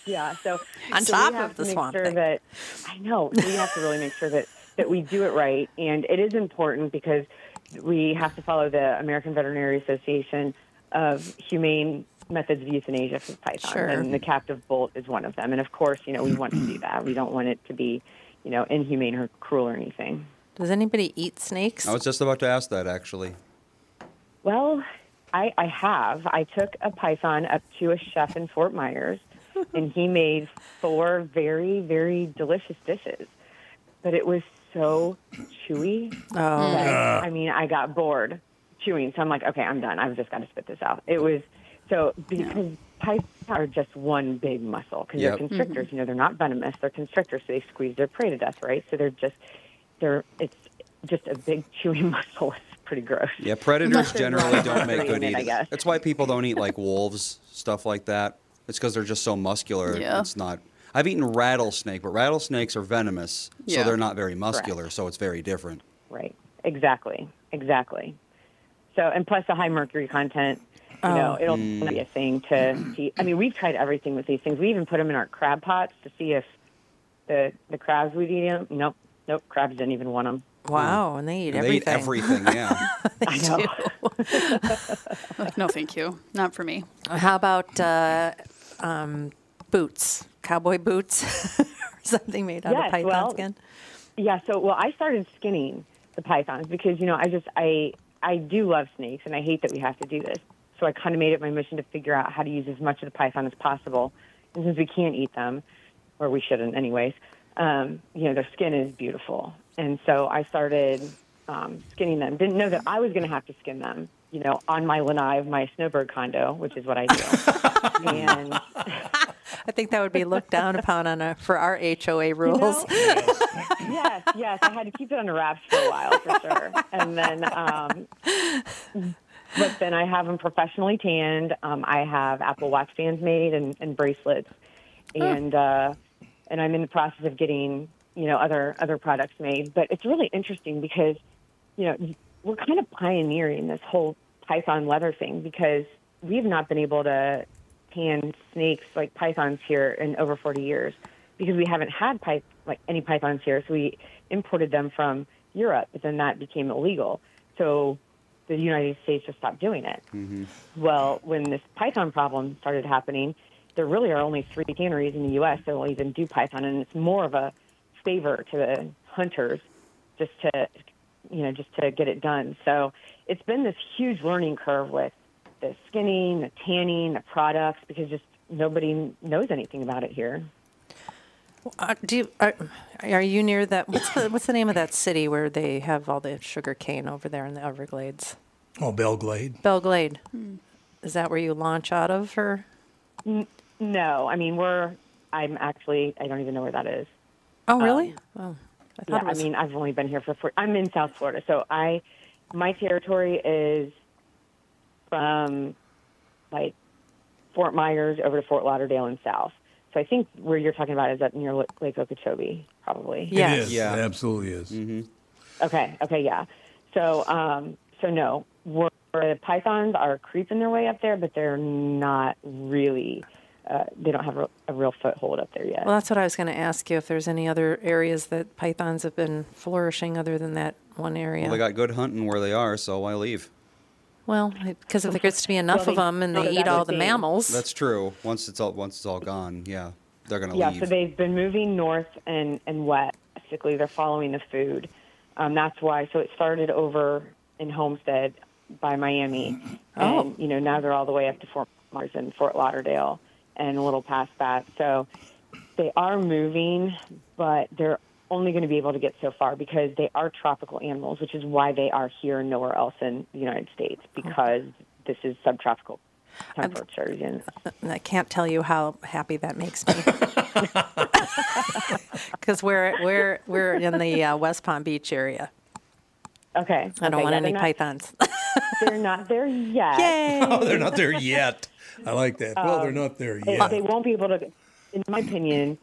[SPEAKER 4] yeah. So
[SPEAKER 2] On
[SPEAKER 4] so
[SPEAKER 2] top
[SPEAKER 4] we
[SPEAKER 2] of
[SPEAKER 4] have to
[SPEAKER 2] the
[SPEAKER 4] make
[SPEAKER 2] swamp
[SPEAKER 4] sure
[SPEAKER 2] thing.
[SPEAKER 4] that I know so we have to really make sure that that we do it right, and it is important because we have to follow the American Veterinary Association of humane methods of euthanasia for pythons,
[SPEAKER 2] Sure.
[SPEAKER 4] and the captive bolt is one of them. And of course, you know, we want to do that. We don't want it to be, you know, inhumane or cruel or anything.
[SPEAKER 2] Does anybody eat snakes?
[SPEAKER 3] I was just about to ask that actually.
[SPEAKER 4] Well, I, I have. I took a python up to a chef in Fort Myers, and he made four very, very delicious dishes. But it was so chewy. Oh. That, I mean, I got bored chewing. So I'm like, okay, I'm done. I've just got to spit this out. It was so because pythons are just one big muscle because
[SPEAKER 3] Yep.
[SPEAKER 4] they're constrictors. You know, they're not venomous. They're constrictors, so they squeeze their prey to death, right? So they're just they're it's just a big chewing muscle. It's pretty gross.
[SPEAKER 3] Yeah, predators generally don't make
[SPEAKER 4] Eating
[SPEAKER 3] good
[SPEAKER 4] it, I
[SPEAKER 3] eating.
[SPEAKER 4] guess.
[SPEAKER 3] That's why people don't eat like wolves, stuff like that. It's because they're just so muscular.
[SPEAKER 6] Yeah.
[SPEAKER 3] It's not. I've eaten rattlesnake, but rattlesnakes are venomous,
[SPEAKER 6] Yeah.
[SPEAKER 3] so they're not very muscular. So it's very different.
[SPEAKER 4] Right. Exactly. Exactly. So, and plus the high mercury content, you know, it'll be a thing to see. I mean, we've tried everything with these things. We even put them in our crab pots to see if the the crabs would eat them. Nope. Nope. Crabs didn't even want them.
[SPEAKER 2] Wow, and they eat
[SPEAKER 3] They
[SPEAKER 2] everything.
[SPEAKER 3] eat everything. Yeah.
[SPEAKER 4] I know.
[SPEAKER 6] Like, no, thank you. Not for me.
[SPEAKER 2] How about uh, um, boots, cowboy boots, or something made out
[SPEAKER 4] Yes,
[SPEAKER 2] of python
[SPEAKER 4] well,
[SPEAKER 2] skin?
[SPEAKER 4] Yeah, so well, I started skinning the pythons because you know I just I I do love snakes and I hate that we have to do this. So I kind of made it my mission to figure out how to use as much of the python as possible. And since we can't eat them, or we shouldn't anyways, um, you know their skin is beautiful. And so I started um, skinning them. Didn't know that I was going to have to skin them. You know, on my lanai of my snowbird condo, which is what I do. and
[SPEAKER 2] I think that would be looked down upon on a, for our HOA rules.
[SPEAKER 4] yes, yes. I had to keep it under wraps for a while for sure. And then, um, but then I have them professionally tanned. Um, I have Apple Watch bands made and, and bracelets, and uh, and I'm in the process of getting you know other other products made. But it's really interesting because you know we're kind of pioneering this whole python leather thing because we've not been able to tan snakes like pythons here in over 40 years because we haven't had pyth- like any pythons here. So we imported them from Europe, but then that became illegal. So the United States just stopped doing it. Well, when this python problem started happening, there really are only three tanneries in the U.S. that will even do python, and it's more of a favor to the hunters just to, you know, just to get it done. So it's been this huge learning curve with the skinning, the tanning, the products, because just nobody knows anything about it here.
[SPEAKER 2] Uh, do you, are, are you near that? What's the, what's the name of that city where they have all the sugar cane over there in the Everglades?
[SPEAKER 1] Oh, Belglade.
[SPEAKER 2] Belglade.
[SPEAKER 4] Hmm.
[SPEAKER 2] Is that where you launch out of? Or
[SPEAKER 4] No, I mean we're. I'm actually. I don't even know where that is.
[SPEAKER 2] oh, really? oh, I
[SPEAKER 4] Yeah,
[SPEAKER 2] thought it
[SPEAKER 4] I
[SPEAKER 2] was.
[SPEAKER 4] mean I've only been here for. Four, I'm in South Florida, so I, my territory is from like Fort Myers over to Fort Lauderdale and south. So I think where you're talking about is up near Lake- Lake Okeechobee, probably.
[SPEAKER 2] Yes.
[SPEAKER 1] It is.
[SPEAKER 3] Yeah.
[SPEAKER 1] It absolutely is.
[SPEAKER 4] Okay. Okay. Yeah. So, um, so no, we're, the pythons are creeping their way up there, but they're not really. Uh, they don't have a, a real foothold up there yet.
[SPEAKER 2] Well, that's what I was going to ask you if there's any other areas that pythons have been flourishing other than that one area.
[SPEAKER 3] Well, they got good hunting where they are, so why leave?
[SPEAKER 2] Well, because if there gets to be enough
[SPEAKER 4] they-
[SPEAKER 2] of them and
[SPEAKER 4] no,
[SPEAKER 2] they
[SPEAKER 4] that
[SPEAKER 2] eat all
[SPEAKER 4] would
[SPEAKER 2] the
[SPEAKER 4] be-
[SPEAKER 2] mammals,
[SPEAKER 3] That's true. Once it's all once it's all gone, yeah, they're gonna
[SPEAKER 4] yeah.
[SPEAKER 3] leave.
[SPEAKER 4] So they've been moving north and and west. Basically, they're following the food. Um, that's why. So it started over in Homestead by Miami,
[SPEAKER 2] Oh.
[SPEAKER 4] and you know now they're all the way up to Fort Myers and Fort Lauderdale and a little past that. So they are moving, but they're only going to be able to get so far because they are tropical animals, which is why they are here and nowhere else in the United States
[SPEAKER 2] Oh.
[SPEAKER 4] because this is subtropical temperatures. And
[SPEAKER 2] And I can't tell you how happy that makes me. Because we're we're we're in the uh, West Palm Beach area.
[SPEAKER 4] okay,
[SPEAKER 2] I don't
[SPEAKER 4] okay,
[SPEAKER 2] want
[SPEAKER 4] yeah,
[SPEAKER 2] any
[SPEAKER 4] they're not-
[SPEAKER 2] pythons.
[SPEAKER 4] They're not there yet.
[SPEAKER 1] Oh, they're not there yet. I like that. well, they're not there
[SPEAKER 4] Um, They-
[SPEAKER 1] yet.
[SPEAKER 4] They won't be able to, in my opinion,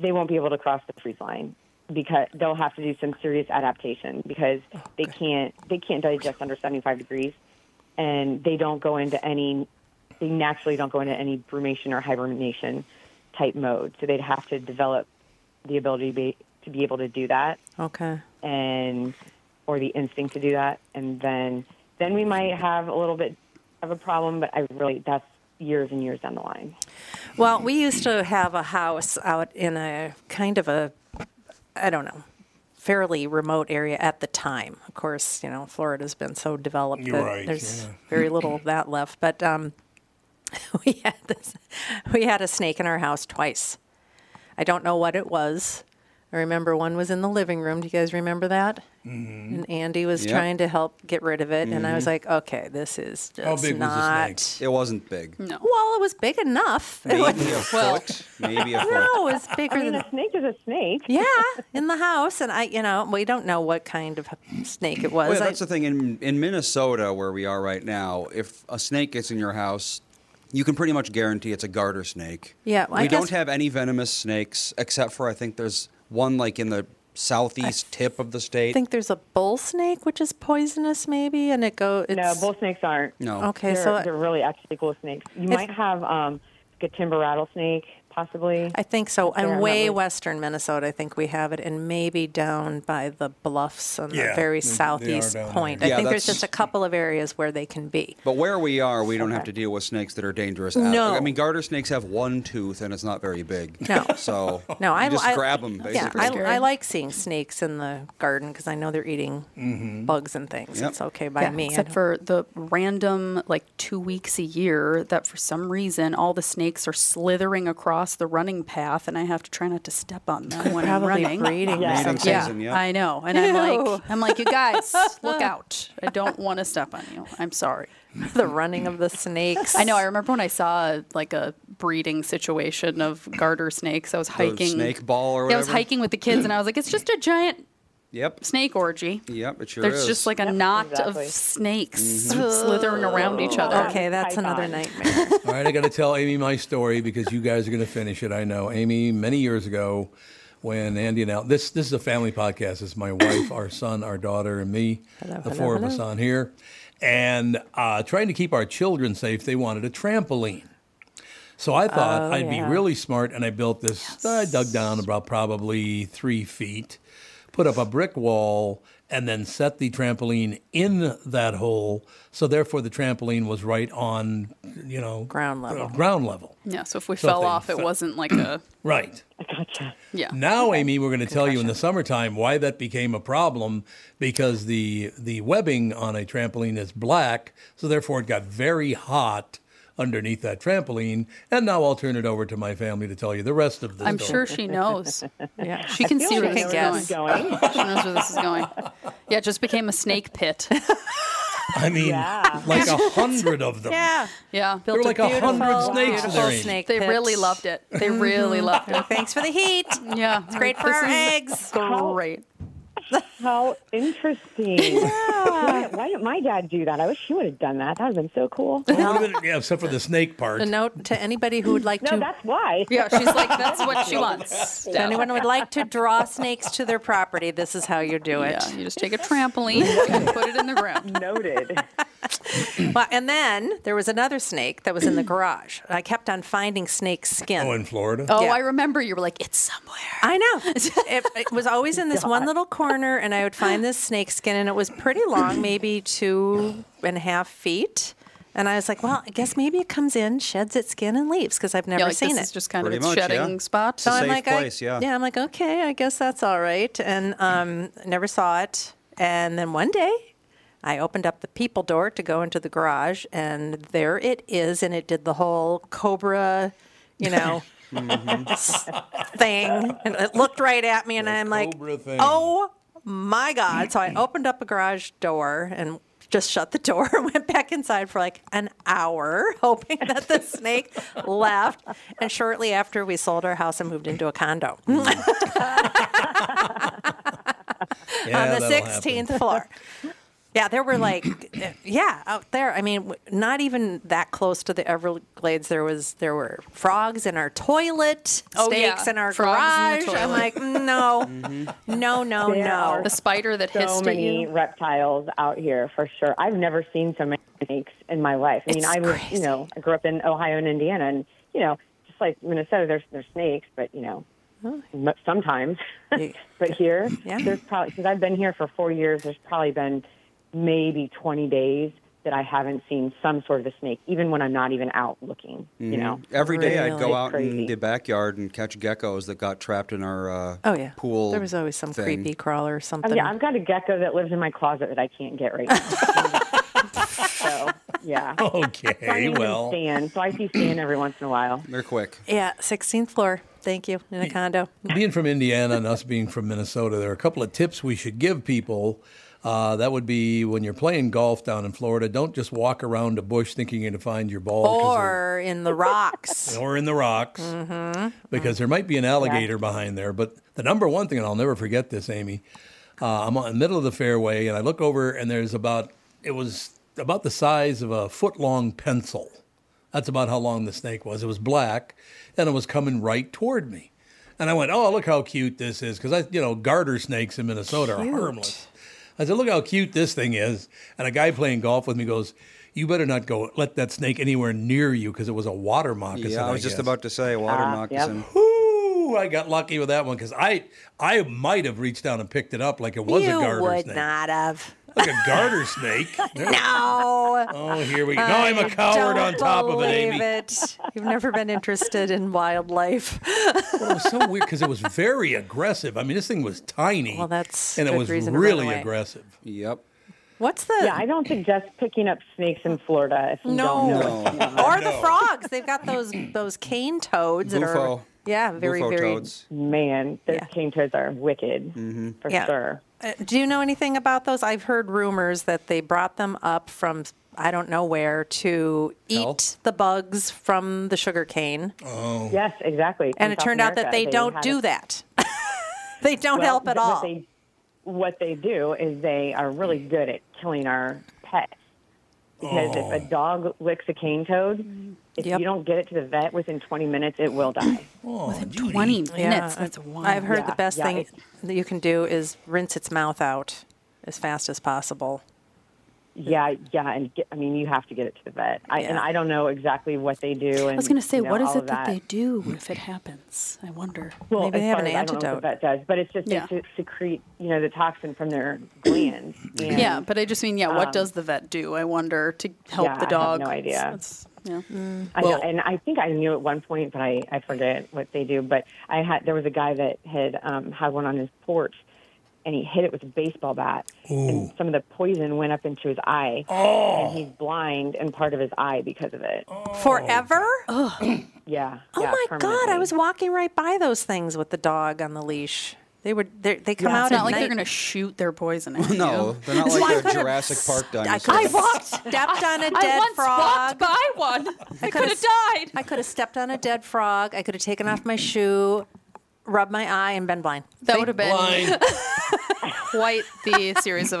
[SPEAKER 4] they won't be able to cross the freeze line because they'll have to do some serious adaptation because they can't they can't digest under 75 degrees and they don't go into any they naturally don't go into any brumation or hibernation type mode so they'd have to develop the ability to be to be able to do that
[SPEAKER 2] Okay.
[SPEAKER 4] and or the instinct to do that and then then we might have a little bit of a problem but i really that's years and years down the line
[SPEAKER 2] Well, we used to have a house out in a kind of a, I don't know, fairly remote area at the time. Of course, you know, Florida's been so developed
[SPEAKER 1] You're
[SPEAKER 2] that
[SPEAKER 1] right,
[SPEAKER 2] there's
[SPEAKER 1] yeah.
[SPEAKER 2] very little of that left. But um, we had this, we had a snake in our house twice. I don't know what it was. I remember one was in the living room. Do you guys remember that? Mm-hmm. And Andy was
[SPEAKER 3] Yep.
[SPEAKER 2] trying to help get rid of it, and I was like, "Okay, this is just
[SPEAKER 1] How big was the
[SPEAKER 2] not."
[SPEAKER 1] snake?
[SPEAKER 3] It wasn't big.
[SPEAKER 6] No.
[SPEAKER 2] Well, it was big enough. It
[SPEAKER 3] Maybe a
[SPEAKER 2] was,
[SPEAKER 6] Mm. Well-
[SPEAKER 3] foot. Maybe a foot.
[SPEAKER 2] no, it was bigger
[SPEAKER 4] I mean, uh,
[SPEAKER 2] than
[SPEAKER 4] a snake is a snake.
[SPEAKER 2] yeah, in the house, and I, you know, we don't know what kind of snake it was.
[SPEAKER 3] Well, Oh, yeah,
[SPEAKER 2] I-
[SPEAKER 3] that's the thing in in Minnesota where we are right now. If a snake gets in your house, you can pretty much guarantee it's a garter snake.
[SPEAKER 2] Yeah, well,
[SPEAKER 3] we
[SPEAKER 2] I
[SPEAKER 3] don't
[SPEAKER 2] guess-
[SPEAKER 3] have any venomous snakes except for I think there's one like in the southeast tip of the state.
[SPEAKER 2] think there's a bull snake, which is poisonous, maybe, and it go. It's,
[SPEAKER 4] No, bull snakes aren't.
[SPEAKER 3] no.
[SPEAKER 2] Okay,
[SPEAKER 4] they're,
[SPEAKER 2] so
[SPEAKER 4] they're really actually cool snakes. You
[SPEAKER 2] If-
[SPEAKER 4] might have um, like a timber rattlesnake, possibly.
[SPEAKER 2] I think so.
[SPEAKER 4] Yeah, I'm
[SPEAKER 2] And
[SPEAKER 4] not
[SPEAKER 2] way
[SPEAKER 4] really-
[SPEAKER 2] western Minnesota, I think we have it, and maybe down by the bluffs on
[SPEAKER 1] Yeah,
[SPEAKER 2] the very
[SPEAKER 1] they- they are
[SPEAKER 2] southeast
[SPEAKER 1] down there.
[SPEAKER 2] point.
[SPEAKER 3] Yeah,
[SPEAKER 2] I think there's
[SPEAKER 3] that's-
[SPEAKER 2] just a couple of areas where they can be.
[SPEAKER 3] But where we are, we don't have to deal with snakes that are dangerous. at all.
[SPEAKER 2] No.
[SPEAKER 3] I mean garter snakes have one tooth and it's not very big.
[SPEAKER 2] No.
[SPEAKER 3] so
[SPEAKER 2] No, I
[SPEAKER 3] you just
[SPEAKER 2] I,
[SPEAKER 3] grab them
[SPEAKER 2] Yeah,
[SPEAKER 3] basically.
[SPEAKER 2] I,
[SPEAKER 6] Scary.
[SPEAKER 2] I like seeing snakes in the garden because I know they're eating bugs and things.
[SPEAKER 3] Mm-hmm. Yep.
[SPEAKER 2] It's okay by
[SPEAKER 6] Yeah,
[SPEAKER 2] me. I
[SPEAKER 6] Except
[SPEAKER 2] don't-
[SPEAKER 6] for the random, like two weeks a year, that for some reason all the snakes are slithering across the running path, and I have to try not to step on them when I'm
[SPEAKER 2] probably
[SPEAKER 6] running.
[SPEAKER 2] breeding.
[SPEAKER 4] Yeah.
[SPEAKER 2] or
[SPEAKER 4] Mating
[SPEAKER 2] something.
[SPEAKER 6] Yeah,
[SPEAKER 3] Season, yeah.
[SPEAKER 6] I know, and I'm like, I'm like, you guys, look out! I don't want to step on you. I'm sorry.
[SPEAKER 2] the running of the snakes.
[SPEAKER 6] I know. I remember when I saw like a breeding situation of garter snakes. I was hiking
[SPEAKER 3] snake ball or
[SPEAKER 6] Yeah, I was
[SPEAKER 3] whatever?
[SPEAKER 6] hiking with the kids, and I was like, it's just a giant
[SPEAKER 3] Yep.
[SPEAKER 6] snake orgy.
[SPEAKER 3] Yep, it sure
[SPEAKER 6] There's
[SPEAKER 3] is. Mm-hmm.
[SPEAKER 6] just like a knot
[SPEAKER 4] exactly.
[SPEAKER 6] of snakes slithering around each other.
[SPEAKER 2] Okay, that's another
[SPEAKER 4] Python.
[SPEAKER 2] nightmare.
[SPEAKER 1] All right, I got to tell Amy my story because you guys are going to finish it. I know. Amy, many years ago, when Andy and Al, this this is a family podcast. It's my wife, our son, our daughter, and me, the
[SPEAKER 2] hello,
[SPEAKER 1] four of us on here, and uh, trying to keep our children safe. They wanted a trampoline. So I thought I'd
[SPEAKER 2] Oh, yeah.
[SPEAKER 1] be really smart, and I built this. I dug down about probably three feet, put up a brick wall, and then set the trampoline in that hole. So therefore, the trampoline was right on, you know,
[SPEAKER 2] Ground level.
[SPEAKER 1] uh, ground level.
[SPEAKER 6] Yeah, so if we
[SPEAKER 1] Something
[SPEAKER 6] fell off, it
[SPEAKER 1] fe-
[SPEAKER 6] wasn't like a
[SPEAKER 1] Right.
[SPEAKER 4] Gotcha.
[SPEAKER 6] yeah.
[SPEAKER 1] Now, Amy, we're going to tell you in the summertime why that became a problem because the the webbing on a trampoline is black, so therefore it got very hot underneath that trampoline. And now I'll turn it over to my family to tell you the rest of the
[SPEAKER 6] I'm
[SPEAKER 1] story.
[SPEAKER 6] sure she knows.
[SPEAKER 2] Yeah,
[SPEAKER 6] She can see
[SPEAKER 4] I
[SPEAKER 6] where
[SPEAKER 4] know
[SPEAKER 6] this is
[SPEAKER 2] can
[SPEAKER 4] where this is
[SPEAKER 6] going.
[SPEAKER 4] going.
[SPEAKER 6] She knows where this is going. Yeah, it just became a snake pit.
[SPEAKER 1] I mean,
[SPEAKER 4] Yeah.
[SPEAKER 1] like a hundred of them.
[SPEAKER 2] yeah.
[SPEAKER 6] Yeah,
[SPEAKER 1] There were like
[SPEAKER 6] built a
[SPEAKER 1] a hundred
[SPEAKER 2] beautiful-
[SPEAKER 1] snakes in
[SPEAKER 2] beautiful
[SPEAKER 1] there. Amy.
[SPEAKER 2] snake
[SPEAKER 6] They really
[SPEAKER 2] pits.
[SPEAKER 6] loved it. They really loved it.
[SPEAKER 2] Thanks for the heat.
[SPEAKER 6] Yeah, it's
[SPEAKER 2] Great for our eggs.
[SPEAKER 6] Great.
[SPEAKER 4] How interesting. Why, why didn't my dad do that? I wish he would have done that. That would have been so cool.
[SPEAKER 1] Would've been- yeah, except for the snake part.
[SPEAKER 2] A note to anybody who would like
[SPEAKER 4] No,
[SPEAKER 2] to.
[SPEAKER 4] that's why.
[SPEAKER 6] Yeah, she's like, that's what she wants.
[SPEAKER 2] to anyone who would like to draw snakes to their property, this is how you do it.
[SPEAKER 6] Yeah, you just take a trampoline and put it in the ground.
[SPEAKER 4] Noted.
[SPEAKER 2] Well, and then there was another snake that was in the garage. I kept on finding snake skin.
[SPEAKER 1] Oh, in Florida.
[SPEAKER 6] Oh,
[SPEAKER 2] Yeah.
[SPEAKER 6] I remember you were like, it's somewhere.
[SPEAKER 2] I know. It, it was always in this one little corner, and I would find this snake skin, and it was pretty long, maybe two and a half feet. And I was like, well, I guess maybe it comes in, sheds its skin, and leaves because I've never
[SPEAKER 6] Yeah, like
[SPEAKER 2] seen
[SPEAKER 6] this
[SPEAKER 2] it.
[SPEAKER 6] is just kind
[SPEAKER 3] Pretty
[SPEAKER 6] of its
[SPEAKER 3] much,
[SPEAKER 6] shedding
[SPEAKER 3] yeah.
[SPEAKER 6] spot.
[SPEAKER 3] So
[SPEAKER 6] So
[SPEAKER 3] Safe
[SPEAKER 2] I'm like,
[SPEAKER 3] place,
[SPEAKER 2] I,
[SPEAKER 3] yeah.
[SPEAKER 2] I'm like, okay, I guess that's all right. And um, never saw it. And then one day, I opened up the people door to go into the garage, and there it is. And it did the whole cobra, you know, s- thing. And it looked right at me, and I'm like,
[SPEAKER 1] cobra thing.
[SPEAKER 2] oh my god! So I opened up a garage door and. Just shut the door and went back inside for like an hour, hoping that the snake left. And shortly after, we sold our house and moved into a condo.
[SPEAKER 1] yeah,
[SPEAKER 2] on the
[SPEAKER 1] that'll happen.
[SPEAKER 2] 16th floor. Yeah, there were like, uh, yeah, out there. I mean, w- not even that close to the Everglades. There was there were frogs in our toilet,
[SPEAKER 6] Oh, yeah.
[SPEAKER 2] snakes in our
[SPEAKER 6] Frogs in the
[SPEAKER 2] garage. I'm
[SPEAKER 6] toilet.
[SPEAKER 2] like, no,
[SPEAKER 1] Mm-hmm.
[SPEAKER 2] no, no,
[SPEAKER 4] There
[SPEAKER 2] no.
[SPEAKER 4] are
[SPEAKER 6] the spider that
[SPEAKER 4] so
[SPEAKER 6] hissed at
[SPEAKER 4] many
[SPEAKER 6] you.
[SPEAKER 4] reptiles out here for sure. I've never seen so many snakes in my life. I mean,
[SPEAKER 2] It's
[SPEAKER 4] I was,
[SPEAKER 2] crazy.
[SPEAKER 4] you know, I grew up in Ohio and Indiana, and you know, just like Minnesota, there's there's snakes, but you know, mo- sometimes.
[SPEAKER 2] You-
[SPEAKER 4] but here,
[SPEAKER 2] Yeah.
[SPEAKER 4] there's probably since I've been here for four years, there's probably been maybe 20 days that I haven't seen some sort of a snake, even when I'm not even out looking. You know,
[SPEAKER 3] Every day I'd go
[SPEAKER 4] It's
[SPEAKER 3] out
[SPEAKER 4] crazy.
[SPEAKER 3] in the backyard and catch geckos that got trapped in our uh,
[SPEAKER 2] Oh yeah.
[SPEAKER 3] pool.
[SPEAKER 2] There was always some
[SPEAKER 3] thing.
[SPEAKER 2] creepy crawler
[SPEAKER 6] Oh,
[SPEAKER 2] or something.
[SPEAKER 4] Um, yeah, I've got a gecko that lives in my closet that I can't get right now. so yeah, So I
[SPEAKER 1] Okay,
[SPEAKER 4] need them
[SPEAKER 1] well,
[SPEAKER 4] Stan. So I see Stan every once in a while.
[SPEAKER 3] They're quick.
[SPEAKER 2] Yeah, 16th floor. Thank you. In a condo.
[SPEAKER 1] being from Indiana and us being from Minnesota, there are a couple of tips we should give people. Uh, that would be when you're playing golf down in Florida, don't just walk around a bush thinking you're going to find your ball. 'cause there-
[SPEAKER 2] Or in the rocks. Mm-hmm.
[SPEAKER 1] or in the rocks because there might be an alligator behind there. But the number one thing, and I'll never forget this, Amy, uh, I'm on the middle of the fairway and I look over and there's about it was about the size of a foot long pencil. That's about how long the snake was. It was black and it was coming right toward me. And I went, oh, look how cute this is. Because I, you know, garter snakes in Minnesota
[SPEAKER 2] Cute.
[SPEAKER 1] are harmless. I said, look how cute this thing is. And a guy playing golf with me goes, you better not go let that snake anywhere near you because it was a water moccasin.
[SPEAKER 3] Yeah, I was just
[SPEAKER 1] guess.
[SPEAKER 3] about to say water
[SPEAKER 4] Ah,
[SPEAKER 3] moccasin.
[SPEAKER 1] Ooh, I got lucky with that one because I I might have reached down and picked it up like it was
[SPEAKER 2] you
[SPEAKER 1] a garter
[SPEAKER 2] would
[SPEAKER 1] snake.
[SPEAKER 2] not have.
[SPEAKER 1] Like a garter snake. There-
[SPEAKER 2] No.
[SPEAKER 1] Oh, here we go. No, I'm a coward
[SPEAKER 2] Uh,
[SPEAKER 1] on
[SPEAKER 2] Don't
[SPEAKER 1] top of it,
[SPEAKER 2] believe
[SPEAKER 1] Amy.
[SPEAKER 2] it. You've never been interested in wildlife.
[SPEAKER 1] Well, it was so weird because it was very aggressive. I mean, this thing was tiny.
[SPEAKER 2] Well, that's
[SPEAKER 1] and it
[SPEAKER 2] good
[SPEAKER 1] was
[SPEAKER 2] reason to run
[SPEAKER 1] really
[SPEAKER 2] away.
[SPEAKER 1] aggressive.
[SPEAKER 3] Yep.
[SPEAKER 2] What's the
[SPEAKER 4] Yeah, I don't suggest picking up snakes in Florida if you
[SPEAKER 2] No.
[SPEAKER 4] don't know.
[SPEAKER 3] No.
[SPEAKER 2] or the frogs? They've got those those cane toads that are
[SPEAKER 3] Bufo.
[SPEAKER 2] yeah very
[SPEAKER 3] Bufo
[SPEAKER 2] very.
[SPEAKER 3] toads.
[SPEAKER 4] Man, those
[SPEAKER 2] Yeah.
[SPEAKER 4] cane toads are wicked for
[SPEAKER 2] Yeah.
[SPEAKER 4] sure.
[SPEAKER 2] Uh, do you know anything about those? I've heard rumors that they brought them up from I don't know where to eat
[SPEAKER 3] Hell? Oh.
[SPEAKER 2] the bugs from the sugar cane,
[SPEAKER 4] Yes, exactly.
[SPEAKER 2] and
[SPEAKER 4] In
[SPEAKER 2] it
[SPEAKER 4] South
[SPEAKER 2] turned out that
[SPEAKER 4] America,
[SPEAKER 2] they, don't
[SPEAKER 4] had
[SPEAKER 2] do
[SPEAKER 4] a-
[SPEAKER 2] that. they don't
[SPEAKER 4] Well,
[SPEAKER 2] help at
[SPEAKER 4] th-
[SPEAKER 2] all.
[SPEAKER 4] What they, what they do is they are really good at killing our pets. Because if a dog licks a cane toad, if
[SPEAKER 2] Yep.
[SPEAKER 4] you don't get it to the vet within 20 minutes, it will die.
[SPEAKER 1] Oh, Judy.
[SPEAKER 6] 20 minutes.
[SPEAKER 2] Yeah,
[SPEAKER 6] That's
[SPEAKER 2] I've-
[SPEAKER 6] wild.
[SPEAKER 2] I've heard the
[SPEAKER 4] Yeah,
[SPEAKER 2] best
[SPEAKER 4] yeah,
[SPEAKER 2] thing
[SPEAKER 4] it's-
[SPEAKER 2] that you can do is rinse its mouth out as fast as possible.
[SPEAKER 4] yeah, yeah. And get, I mean, you have to get it to the vet. I, And
[SPEAKER 2] Yeah.
[SPEAKER 4] I don't know exactly what they do. And,
[SPEAKER 6] I was going to say,
[SPEAKER 4] you know,
[SPEAKER 6] what is
[SPEAKER 4] all
[SPEAKER 6] it
[SPEAKER 4] of
[SPEAKER 6] that,
[SPEAKER 4] that
[SPEAKER 6] they do if it happens? I wonder.
[SPEAKER 4] Well,
[SPEAKER 2] Maybe
[SPEAKER 4] as
[SPEAKER 2] they have
[SPEAKER 4] far
[SPEAKER 2] an
[SPEAKER 4] as- I don't know what the
[SPEAKER 2] antidote.
[SPEAKER 4] vet does, but it's just
[SPEAKER 6] Yeah.
[SPEAKER 4] they se- secrete, you know, the toxin from their glands. And
[SPEAKER 6] Yeah, but I just mean, yeah, what does the vet do? I wonder to help
[SPEAKER 4] Um, yeah,
[SPEAKER 6] the
[SPEAKER 4] I have
[SPEAKER 6] dog.
[SPEAKER 4] no idea.
[SPEAKER 6] That's- yeah.
[SPEAKER 4] I
[SPEAKER 1] Well-
[SPEAKER 4] know, and I think I knew at one point, but I, I forget what they do. But I had there was a guy that had um, had one on his porch, and he hit it with a baseball bat, and some of the poison went up into his eye, and he's blind and part of his eye because of it.
[SPEAKER 2] Forever? Oh,
[SPEAKER 4] Yeah. Oh
[SPEAKER 2] my God! I was walking right by those things with the dog on the leash. They were they, they come out
[SPEAKER 6] It's not
[SPEAKER 2] at
[SPEAKER 6] like they're
[SPEAKER 2] night.
[SPEAKER 6] going to shoot their poison at you.
[SPEAKER 3] No, they're not
[SPEAKER 2] why I
[SPEAKER 3] like the
[SPEAKER 2] couldn't-
[SPEAKER 3] Jurassic Park
[SPEAKER 2] I
[SPEAKER 3] dinosaurs.
[SPEAKER 2] could have stepped on a dead frog.
[SPEAKER 6] by one. I
[SPEAKER 2] coulda s-
[SPEAKER 6] died.
[SPEAKER 2] I could have stepped on a dead frog. I could have taken off my shoe, rubbed my eye, and been blind.
[SPEAKER 6] That would have been
[SPEAKER 1] Blind.
[SPEAKER 6] quite the series of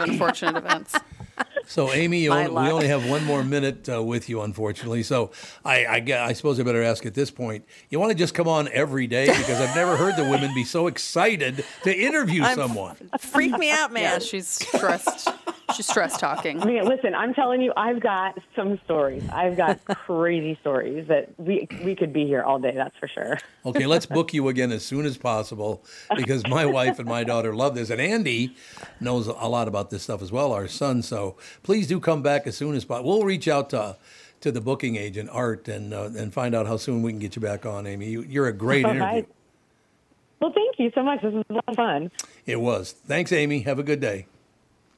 [SPEAKER 6] unfortunate events.
[SPEAKER 1] So, Amy, you
[SPEAKER 2] My
[SPEAKER 1] only, we
[SPEAKER 2] luck.
[SPEAKER 1] only have one more minute uh, with you, unfortunately. So, I, I, gue- I suppose I better ask at this point. You want to just come on every day because I've never heard the women be so excited to interview someone.
[SPEAKER 2] Freak me out, man.
[SPEAKER 6] Yeah, she's stressed. She's stress talking.
[SPEAKER 4] I mean, listen, I'm telling you, I've got some stories. I've got crazy stories that we we could be here all day. That's for sure.
[SPEAKER 1] Okay, let's book you again as soon as possible because my wife and my daughter love this, and Andy knows a lot about this stuff as well, our son. So please do come back as soon as possible. We'll reach out to to the booking agent Art and uh, and find out how soon we can get you back on, Amy. You, you're a great
[SPEAKER 4] All
[SPEAKER 1] interview.
[SPEAKER 4] right. Well, thank you so much. This was a lot of fun.
[SPEAKER 1] It was. Thanks, Amy. Have a good day.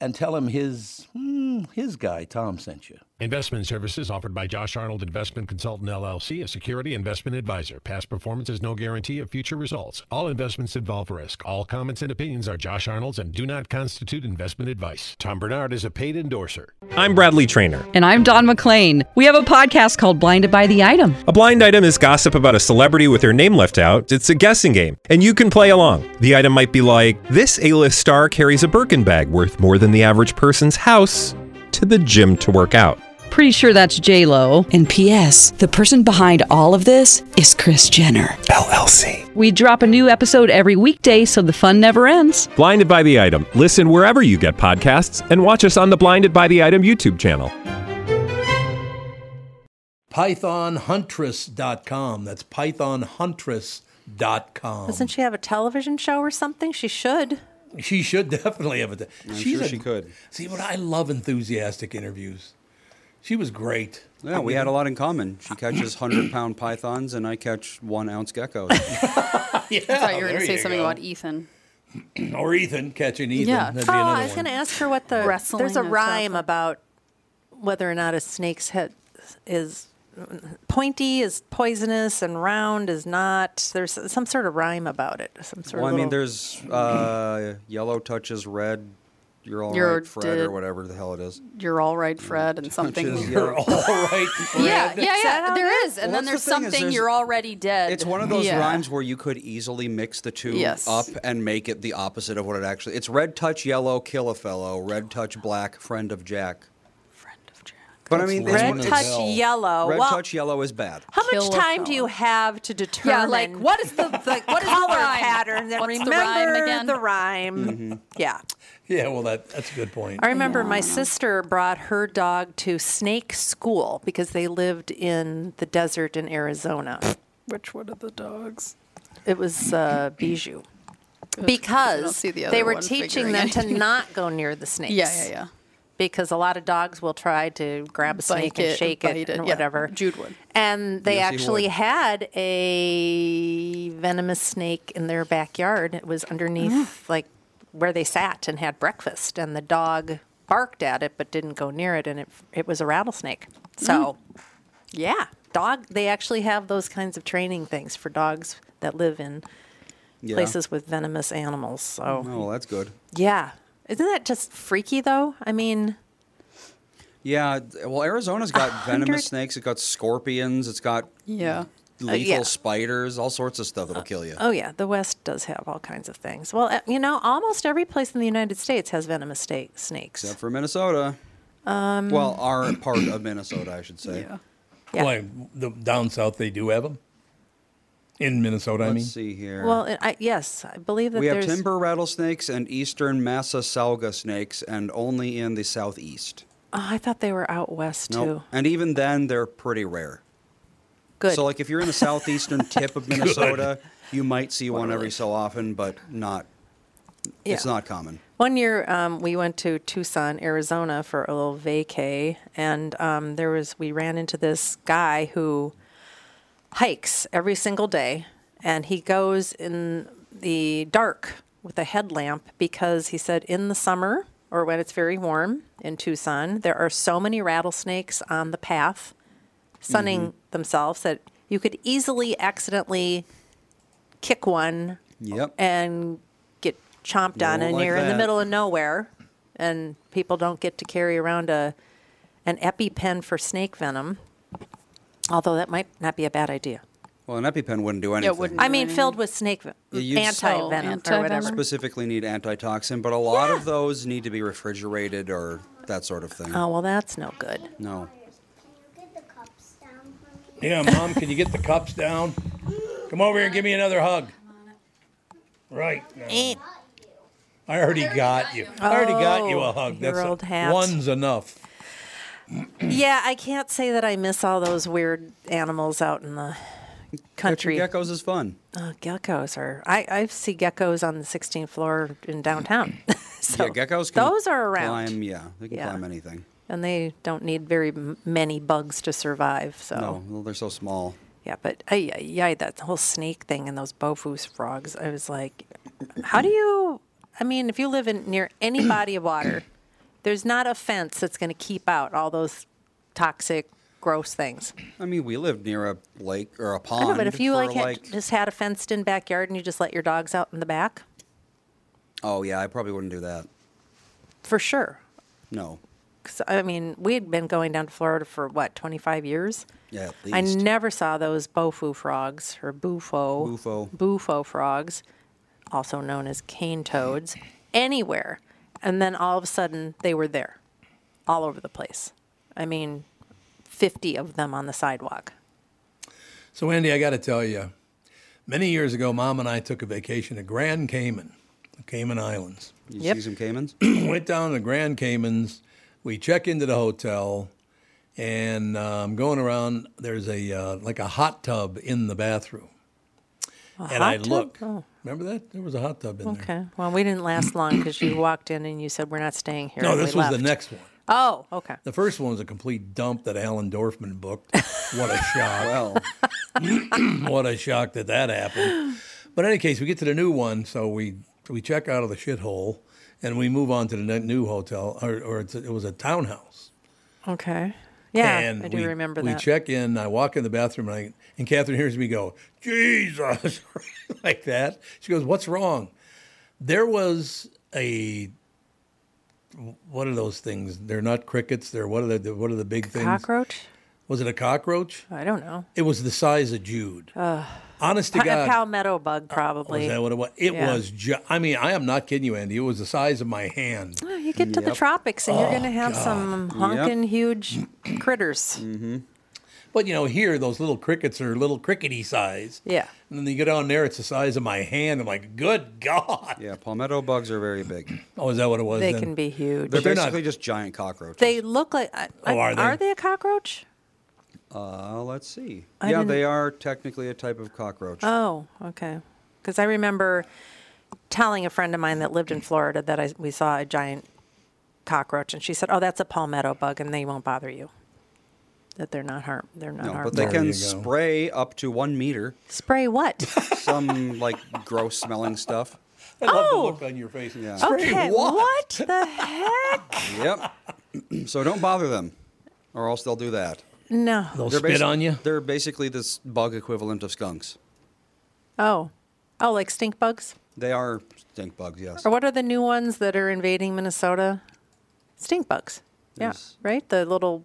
[SPEAKER 7] and tell him his hmm, his guy Tom sent you.
[SPEAKER 8] Investment services offered by Josh Arnold Investment Consultant LLC, a security investment advisor. Past performance is no guarantee of future results. All investments involve risk. All comments and opinions are Josh Arnold's and do not constitute investment advice. Tom Bernard is a paid endorser.
[SPEAKER 9] I'm Bradley Trainer.
[SPEAKER 10] And I'm Don McClain. We have a podcast called Blinded by the Item.
[SPEAKER 9] A blind item is gossip about a celebrity with their name left out. It's a guessing game, and you can play along. The item might be like this: A-list star carries a Birkin bag worth more than the average person's house to the gym to work out.
[SPEAKER 10] Pretty sure that's J Lo. And P.S. The person behind all of this is Chris Jenner
[SPEAKER 9] LLC.
[SPEAKER 10] We drop a new episode every weekday, so the fun never ends.
[SPEAKER 9] Blinded by the item. Listen wherever you get podcasts, and watch us on the Blinded by the Item YouTube channel.
[SPEAKER 1] pythonhuntress.com. That's pythonhuntress.com.
[SPEAKER 2] Doesn't she have a television show or something? She should.
[SPEAKER 1] She should definitely have a. I'm
[SPEAKER 3] sure she could.
[SPEAKER 1] See, but I love enthusiastic interviews. She was great.
[SPEAKER 3] Yeah, we had a lot in common. She catches hundred-pound pythons, and I catch one-ounce geckos.
[SPEAKER 6] I thought
[SPEAKER 3] Oh,
[SPEAKER 6] you were
[SPEAKER 1] there
[SPEAKER 6] going to say
[SPEAKER 1] you
[SPEAKER 6] something
[SPEAKER 1] go.
[SPEAKER 6] about Ethan.
[SPEAKER 1] Or Ethan catching Ethan.
[SPEAKER 6] Yeah.
[SPEAKER 1] That'd
[SPEAKER 2] Oh,
[SPEAKER 1] be another
[SPEAKER 2] I was
[SPEAKER 1] one.
[SPEAKER 2] going to ask her what the
[SPEAKER 6] Wrestling
[SPEAKER 2] there's a
[SPEAKER 6] is
[SPEAKER 2] rhyme
[SPEAKER 6] awful.
[SPEAKER 2] about whether or not a snake's head is pointy is poisonous and round is not. There's some sort of rhyme about it. Some sort
[SPEAKER 3] well, I
[SPEAKER 2] of
[SPEAKER 3] mean,
[SPEAKER 2] little-
[SPEAKER 3] there's uh, yellow touches red. You're all right,
[SPEAKER 6] You're
[SPEAKER 3] Fred,
[SPEAKER 6] dead.
[SPEAKER 3] or whatever the hell it is.
[SPEAKER 6] You're all right, Fred, and something.
[SPEAKER 3] Touches
[SPEAKER 6] Yeah,
[SPEAKER 1] You're all right.
[SPEAKER 6] yeah, yeah.
[SPEAKER 2] on
[SPEAKER 6] There is, and
[SPEAKER 3] Well,
[SPEAKER 6] then
[SPEAKER 3] that's
[SPEAKER 6] there's
[SPEAKER 3] the thing is
[SPEAKER 6] something
[SPEAKER 3] there's-
[SPEAKER 6] you're already dead.
[SPEAKER 3] It's one of those
[SPEAKER 6] Yeah.
[SPEAKER 3] rhymes where you could easily mix the two
[SPEAKER 6] Yes.
[SPEAKER 3] up and make it the opposite of what it actually. It's red touch yellow, kill a fellow. Red touch black, friend of Jack.
[SPEAKER 6] Friend of Jack.
[SPEAKER 3] But I mean, it's
[SPEAKER 2] red
[SPEAKER 3] one-
[SPEAKER 2] touch
[SPEAKER 3] it's-
[SPEAKER 2] yellow.
[SPEAKER 3] Red
[SPEAKER 2] well,
[SPEAKER 3] touch yellow is bad.
[SPEAKER 2] how much
[SPEAKER 6] Kill a
[SPEAKER 2] time do you
[SPEAKER 6] fella.
[SPEAKER 2] have to determine?
[SPEAKER 6] Yeah, like what is the like what is the
[SPEAKER 2] color
[SPEAKER 6] rhyme?
[SPEAKER 2] pattern? Then
[SPEAKER 6] What's the
[SPEAKER 2] remember
[SPEAKER 6] rhyme again?
[SPEAKER 2] the rhyme. Yeah.
[SPEAKER 1] Mm-hmm. yeah, well, that, that's a good point.
[SPEAKER 2] I remember my sister brought her dog to snake school because they lived in the desert in Arizona.
[SPEAKER 6] Which one of the dogs?
[SPEAKER 2] It was uh, Bijou. Because
[SPEAKER 6] see the
[SPEAKER 2] they
[SPEAKER 6] other
[SPEAKER 2] were
[SPEAKER 6] one
[SPEAKER 2] teaching
[SPEAKER 6] figuring
[SPEAKER 2] them to
[SPEAKER 6] anything.
[SPEAKER 2] not go near the snakes.
[SPEAKER 6] Yeah, yeah, yeah.
[SPEAKER 2] Because a lot of dogs will try to grab a snake
[SPEAKER 6] it,
[SPEAKER 2] and shake it,
[SPEAKER 6] bite it,
[SPEAKER 2] and
[SPEAKER 6] yeah.
[SPEAKER 2] whatever.
[SPEAKER 6] Jude would.
[SPEAKER 2] And they
[SPEAKER 3] Yes, he
[SPEAKER 2] actually
[SPEAKER 3] would.
[SPEAKER 2] had a venomous snake in their backyard. It was underneath
[SPEAKER 6] Mm.
[SPEAKER 2] like where they sat and had breakfast and the dog barked at it but didn't go near it and it it was a rattlesnake. So
[SPEAKER 6] Mm.
[SPEAKER 2] yeah, dog they actually have those kinds of training things for dogs that live in
[SPEAKER 3] Yeah.
[SPEAKER 2] places with venomous animals. So
[SPEAKER 3] Oh, well, that's good.
[SPEAKER 2] yeah. Isn't that just freaky though? I mean,
[SPEAKER 3] Yeah. Well, Arizona's got
[SPEAKER 2] hundred- Uh,
[SPEAKER 3] venomous snakes. It's got scorpions. It's got
[SPEAKER 6] Yeah.
[SPEAKER 3] lethal
[SPEAKER 2] yeah.
[SPEAKER 3] spiders. All sorts of stuff that'll kill you.
[SPEAKER 2] Oh yeah, the West does have all kinds of things. Well, uh, you know, almost every place in the United States has venomous sta- snakes.
[SPEAKER 3] Except for Minnesota. Um, well, our part of Minnesota, I should say.
[SPEAKER 6] Yeah.
[SPEAKER 2] Yeah.
[SPEAKER 1] Why, the, down south, they do have them? In Minnesota, I
[SPEAKER 3] Let's
[SPEAKER 1] mean.
[SPEAKER 3] see here.
[SPEAKER 2] Well, it- I, yes, I believe that
[SPEAKER 3] we have
[SPEAKER 2] there's
[SPEAKER 3] timber rattlesnakes and eastern Massasauga snakes, and only in the southeast.
[SPEAKER 2] Oh, I thought they were out west
[SPEAKER 3] No,
[SPEAKER 2] too.
[SPEAKER 3] and even then, they're pretty rare.
[SPEAKER 2] Good.
[SPEAKER 3] So, like, if you're in the southeastern tip of Minnesota, you might see one every so often, but not. It's
[SPEAKER 2] Yeah.
[SPEAKER 3] not common.
[SPEAKER 2] One year, um, we went to Tucson, Arizona for a little vacay, and um, there was we ran into this guy who hikes every single day, and he goes in the dark with a headlamp because he said in the summer or when it's very warm in Tucson, there are so many rattlesnakes on the path, sunning themselves that you could easily accidentally kick one
[SPEAKER 3] Yep.
[SPEAKER 2] Oh. and get chomped
[SPEAKER 3] You
[SPEAKER 2] on,
[SPEAKER 3] won't
[SPEAKER 2] and
[SPEAKER 3] like
[SPEAKER 2] you're in the
[SPEAKER 3] that.
[SPEAKER 2] middle of nowhere, and people don't get to carry around a an EpiPen for snake venom. Although that might not be a bad idea.
[SPEAKER 3] well, an EpiPen wouldn't do anything.
[SPEAKER 6] wouldn't
[SPEAKER 2] I mean, filled with snake
[SPEAKER 3] you just-
[SPEAKER 2] anti venom or
[SPEAKER 6] anti-venom.
[SPEAKER 2] whatever.
[SPEAKER 3] Specifically, need antitoxin, but a lot of those need to be refrigerated or that sort of thing.
[SPEAKER 2] Oh well, that's no good.
[SPEAKER 3] No.
[SPEAKER 1] Yeah, Mom, can you get the cups down? Come over here and give me another hug. Right. now. I already got you. I already got you a hug.
[SPEAKER 2] your
[SPEAKER 1] That's
[SPEAKER 2] old hat.
[SPEAKER 1] one's enough.
[SPEAKER 2] Yeah, I can't say that I miss all those weird animals out in the
[SPEAKER 3] Country
[SPEAKER 2] country.
[SPEAKER 3] geckos is fun.
[SPEAKER 2] Oh, geckos are. I, I see geckos on the 16th floor in downtown. so
[SPEAKER 3] yeah, geckos can
[SPEAKER 2] those are around.
[SPEAKER 3] Climb, yeah, they can
[SPEAKER 2] Yeah.
[SPEAKER 3] climb anything.
[SPEAKER 2] and they don't need very m- many bugs to survive. So
[SPEAKER 3] No, well, they're so small.
[SPEAKER 2] yeah, but ay, ay, ay, that whole snake thing and those Bofus frogs, I was like, how do you? I mean, if you live in near any body of water, There's not a fence that's going to keep out all those toxic, gross things.
[SPEAKER 3] I mean, we lived near a lake or a
[SPEAKER 2] I
[SPEAKER 3] pond.
[SPEAKER 2] know, but if you
[SPEAKER 3] for,
[SPEAKER 2] like, had- just had a fenced-in backyard and you just let your dogs out in the back,
[SPEAKER 3] oh yeah, I probably wouldn't do that.
[SPEAKER 2] for sure.
[SPEAKER 3] No.
[SPEAKER 2] 'Cause, I mean, we had been going down to Florida for what 25 years.
[SPEAKER 3] Yeah, at
[SPEAKER 2] I
[SPEAKER 3] least.
[SPEAKER 2] never saw those bofu frogs or bufo
[SPEAKER 3] Bufo.
[SPEAKER 2] bufo frogs, also known as cane toads, anywhere. And then all of a sudden they were there, all over the place. I mean, 50 of them on the sidewalk.
[SPEAKER 1] So, Andy, I got to tell you, many years ago, Mom and I took a vacation to Grand Cayman, the Cayman Islands.
[SPEAKER 3] You see some caimans?
[SPEAKER 1] Went down to Grand Caymans. We check into the hotel, and um, going around, there's a uh, like a hot tub in the bathroom.
[SPEAKER 2] A
[SPEAKER 1] and I
[SPEAKER 2] hot tub?
[SPEAKER 1] look.
[SPEAKER 2] Oh.
[SPEAKER 1] Remember that? There was a hot tub in there.
[SPEAKER 2] Okay. Well, we didn't last long because you walked in and you said, We're not staying here.
[SPEAKER 1] No,
[SPEAKER 2] and we
[SPEAKER 1] this was the
[SPEAKER 2] left.
[SPEAKER 1] next one.
[SPEAKER 2] Oh, okay.
[SPEAKER 1] The first one was a complete dump that Alan Dorfman booked. What a shock. what a shock that that happened. But in any case, we get to the new one, so we we check out of the shithole and we move on to the ne- new hotel, or, or it's a, it was a townhouse.
[SPEAKER 2] Okay. Yeah,
[SPEAKER 1] and
[SPEAKER 2] I do
[SPEAKER 1] we,
[SPEAKER 2] remember
[SPEAKER 1] we
[SPEAKER 2] that.
[SPEAKER 1] check in. I walk in the bathroom, and, I, and Catherine hears me go, "Jesus," like that. She goes, "What's wrong?" There was a what are those things? They're not crickets. They're what are the what are the big things?
[SPEAKER 2] Cockroach?
[SPEAKER 1] Was it a cockroach?
[SPEAKER 2] I don't know.
[SPEAKER 1] It was the size of Jude.
[SPEAKER 2] Uh,
[SPEAKER 1] Honest to
[SPEAKER 2] pa-
[SPEAKER 1] God.
[SPEAKER 2] A palmetto bug, probably.
[SPEAKER 1] Was that what it was? It
[SPEAKER 2] Yeah.
[SPEAKER 1] was. Ju- I mean, I am not kidding you, Andy. It was the size of my hand.
[SPEAKER 2] Oh, you get to the
[SPEAKER 1] Yep.
[SPEAKER 2] tropics and you're
[SPEAKER 1] Oh,
[SPEAKER 2] going to have
[SPEAKER 1] God.
[SPEAKER 2] some
[SPEAKER 1] Yep.
[SPEAKER 2] honking huge critters.
[SPEAKER 1] Mm-hmm. But you know, here those little crickets are little crickety size.
[SPEAKER 2] Yeah.
[SPEAKER 1] And then you go down there, it's the size of my hand. I'm like, good God.
[SPEAKER 3] Yeah, palmetto bugs are very big.
[SPEAKER 1] Oh, is that what it was?
[SPEAKER 2] They then? can be huge.
[SPEAKER 3] They're
[SPEAKER 2] But they're not-
[SPEAKER 3] basically just giant cockroaches.
[SPEAKER 2] They look like. I, I-
[SPEAKER 3] Oh, are they?
[SPEAKER 2] Are they a cockroach?
[SPEAKER 3] Uh, let's see.
[SPEAKER 2] I
[SPEAKER 3] yeah,
[SPEAKER 2] didn't-
[SPEAKER 3] they are technically a type of cockroach.
[SPEAKER 2] Oh, okay. Because I remember telling a friend of mine that lived in Florida that I, we saw a giant cockroach, and she said, "Oh, that's a palmetto bug, and they won't bother you. That they're not harm. They're not
[SPEAKER 3] no, but
[SPEAKER 2] harmful."
[SPEAKER 3] they can spray up to one meter.
[SPEAKER 2] Spray what?
[SPEAKER 3] Some like gross smelling stuff.
[SPEAKER 1] I love
[SPEAKER 2] Oh.
[SPEAKER 1] the look on your face.
[SPEAKER 3] Yeah.
[SPEAKER 2] okay, what? the heck?
[SPEAKER 3] Yep. so don't bother them, or else they'll do that.
[SPEAKER 2] No.
[SPEAKER 3] They're basi- They're basically this bug equivalent of skunks.
[SPEAKER 2] Oh, oh, like stink bugs,
[SPEAKER 3] They are stink bugs, yes.
[SPEAKER 2] or what are the new ones that are invading Minnesota? Stink bugs.
[SPEAKER 3] There's-
[SPEAKER 2] Yeah, right. The little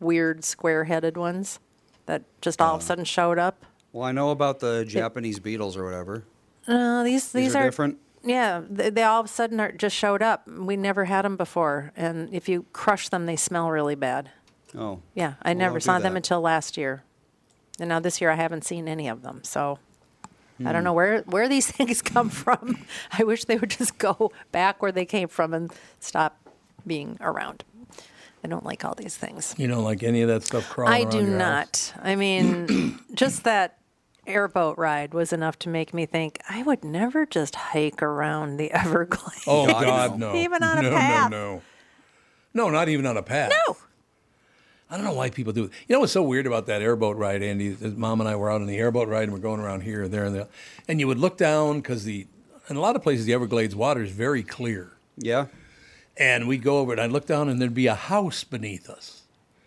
[SPEAKER 2] weird square-headed ones that just all of a sudden showed up.
[SPEAKER 3] Well, I know about the Japanese beetles or whatever.
[SPEAKER 2] No, Uh, these
[SPEAKER 3] These
[SPEAKER 2] these,
[SPEAKER 3] are different?
[SPEAKER 2] Yeah, they, they all of a sudden are, just showed up. We never had them before, and if you crush them, they smell really bad.
[SPEAKER 3] Oh.
[SPEAKER 2] Yeah, I
[SPEAKER 3] Well,
[SPEAKER 2] never
[SPEAKER 3] don't do
[SPEAKER 2] saw them
[SPEAKER 3] that.
[SPEAKER 2] until last year, and now this year I haven't seen any of them. So I
[SPEAKER 3] Hmm.
[SPEAKER 2] don't know where where these things come from. I wish they would just go back where they came from and stop being around. I don't like all these things.
[SPEAKER 1] You don't like any of that stuff crawling
[SPEAKER 2] I
[SPEAKER 1] around
[SPEAKER 2] do
[SPEAKER 1] your house?
[SPEAKER 2] not. I mean, just that airboat ride was enough to make me think I would never just hike around the Everglades.
[SPEAKER 1] Oh God, no!
[SPEAKER 2] Even on
[SPEAKER 1] no,
[SPEAKER 2] a path.
[SPEAKER 1] No, no, no, not even on a path. No. I don't know why people do it. You know what's so weird about that airboat ride, Andy? is Mom and I were out on the airboat ride, and we're going around here, there, and there. And you would look down because the in a lot of places the Everglades water is very clear.
[SPEAKER 3] Yeah.
[SPEAKER 1] And we'd go over it. and I'd look down, and there'd be a house beneath us.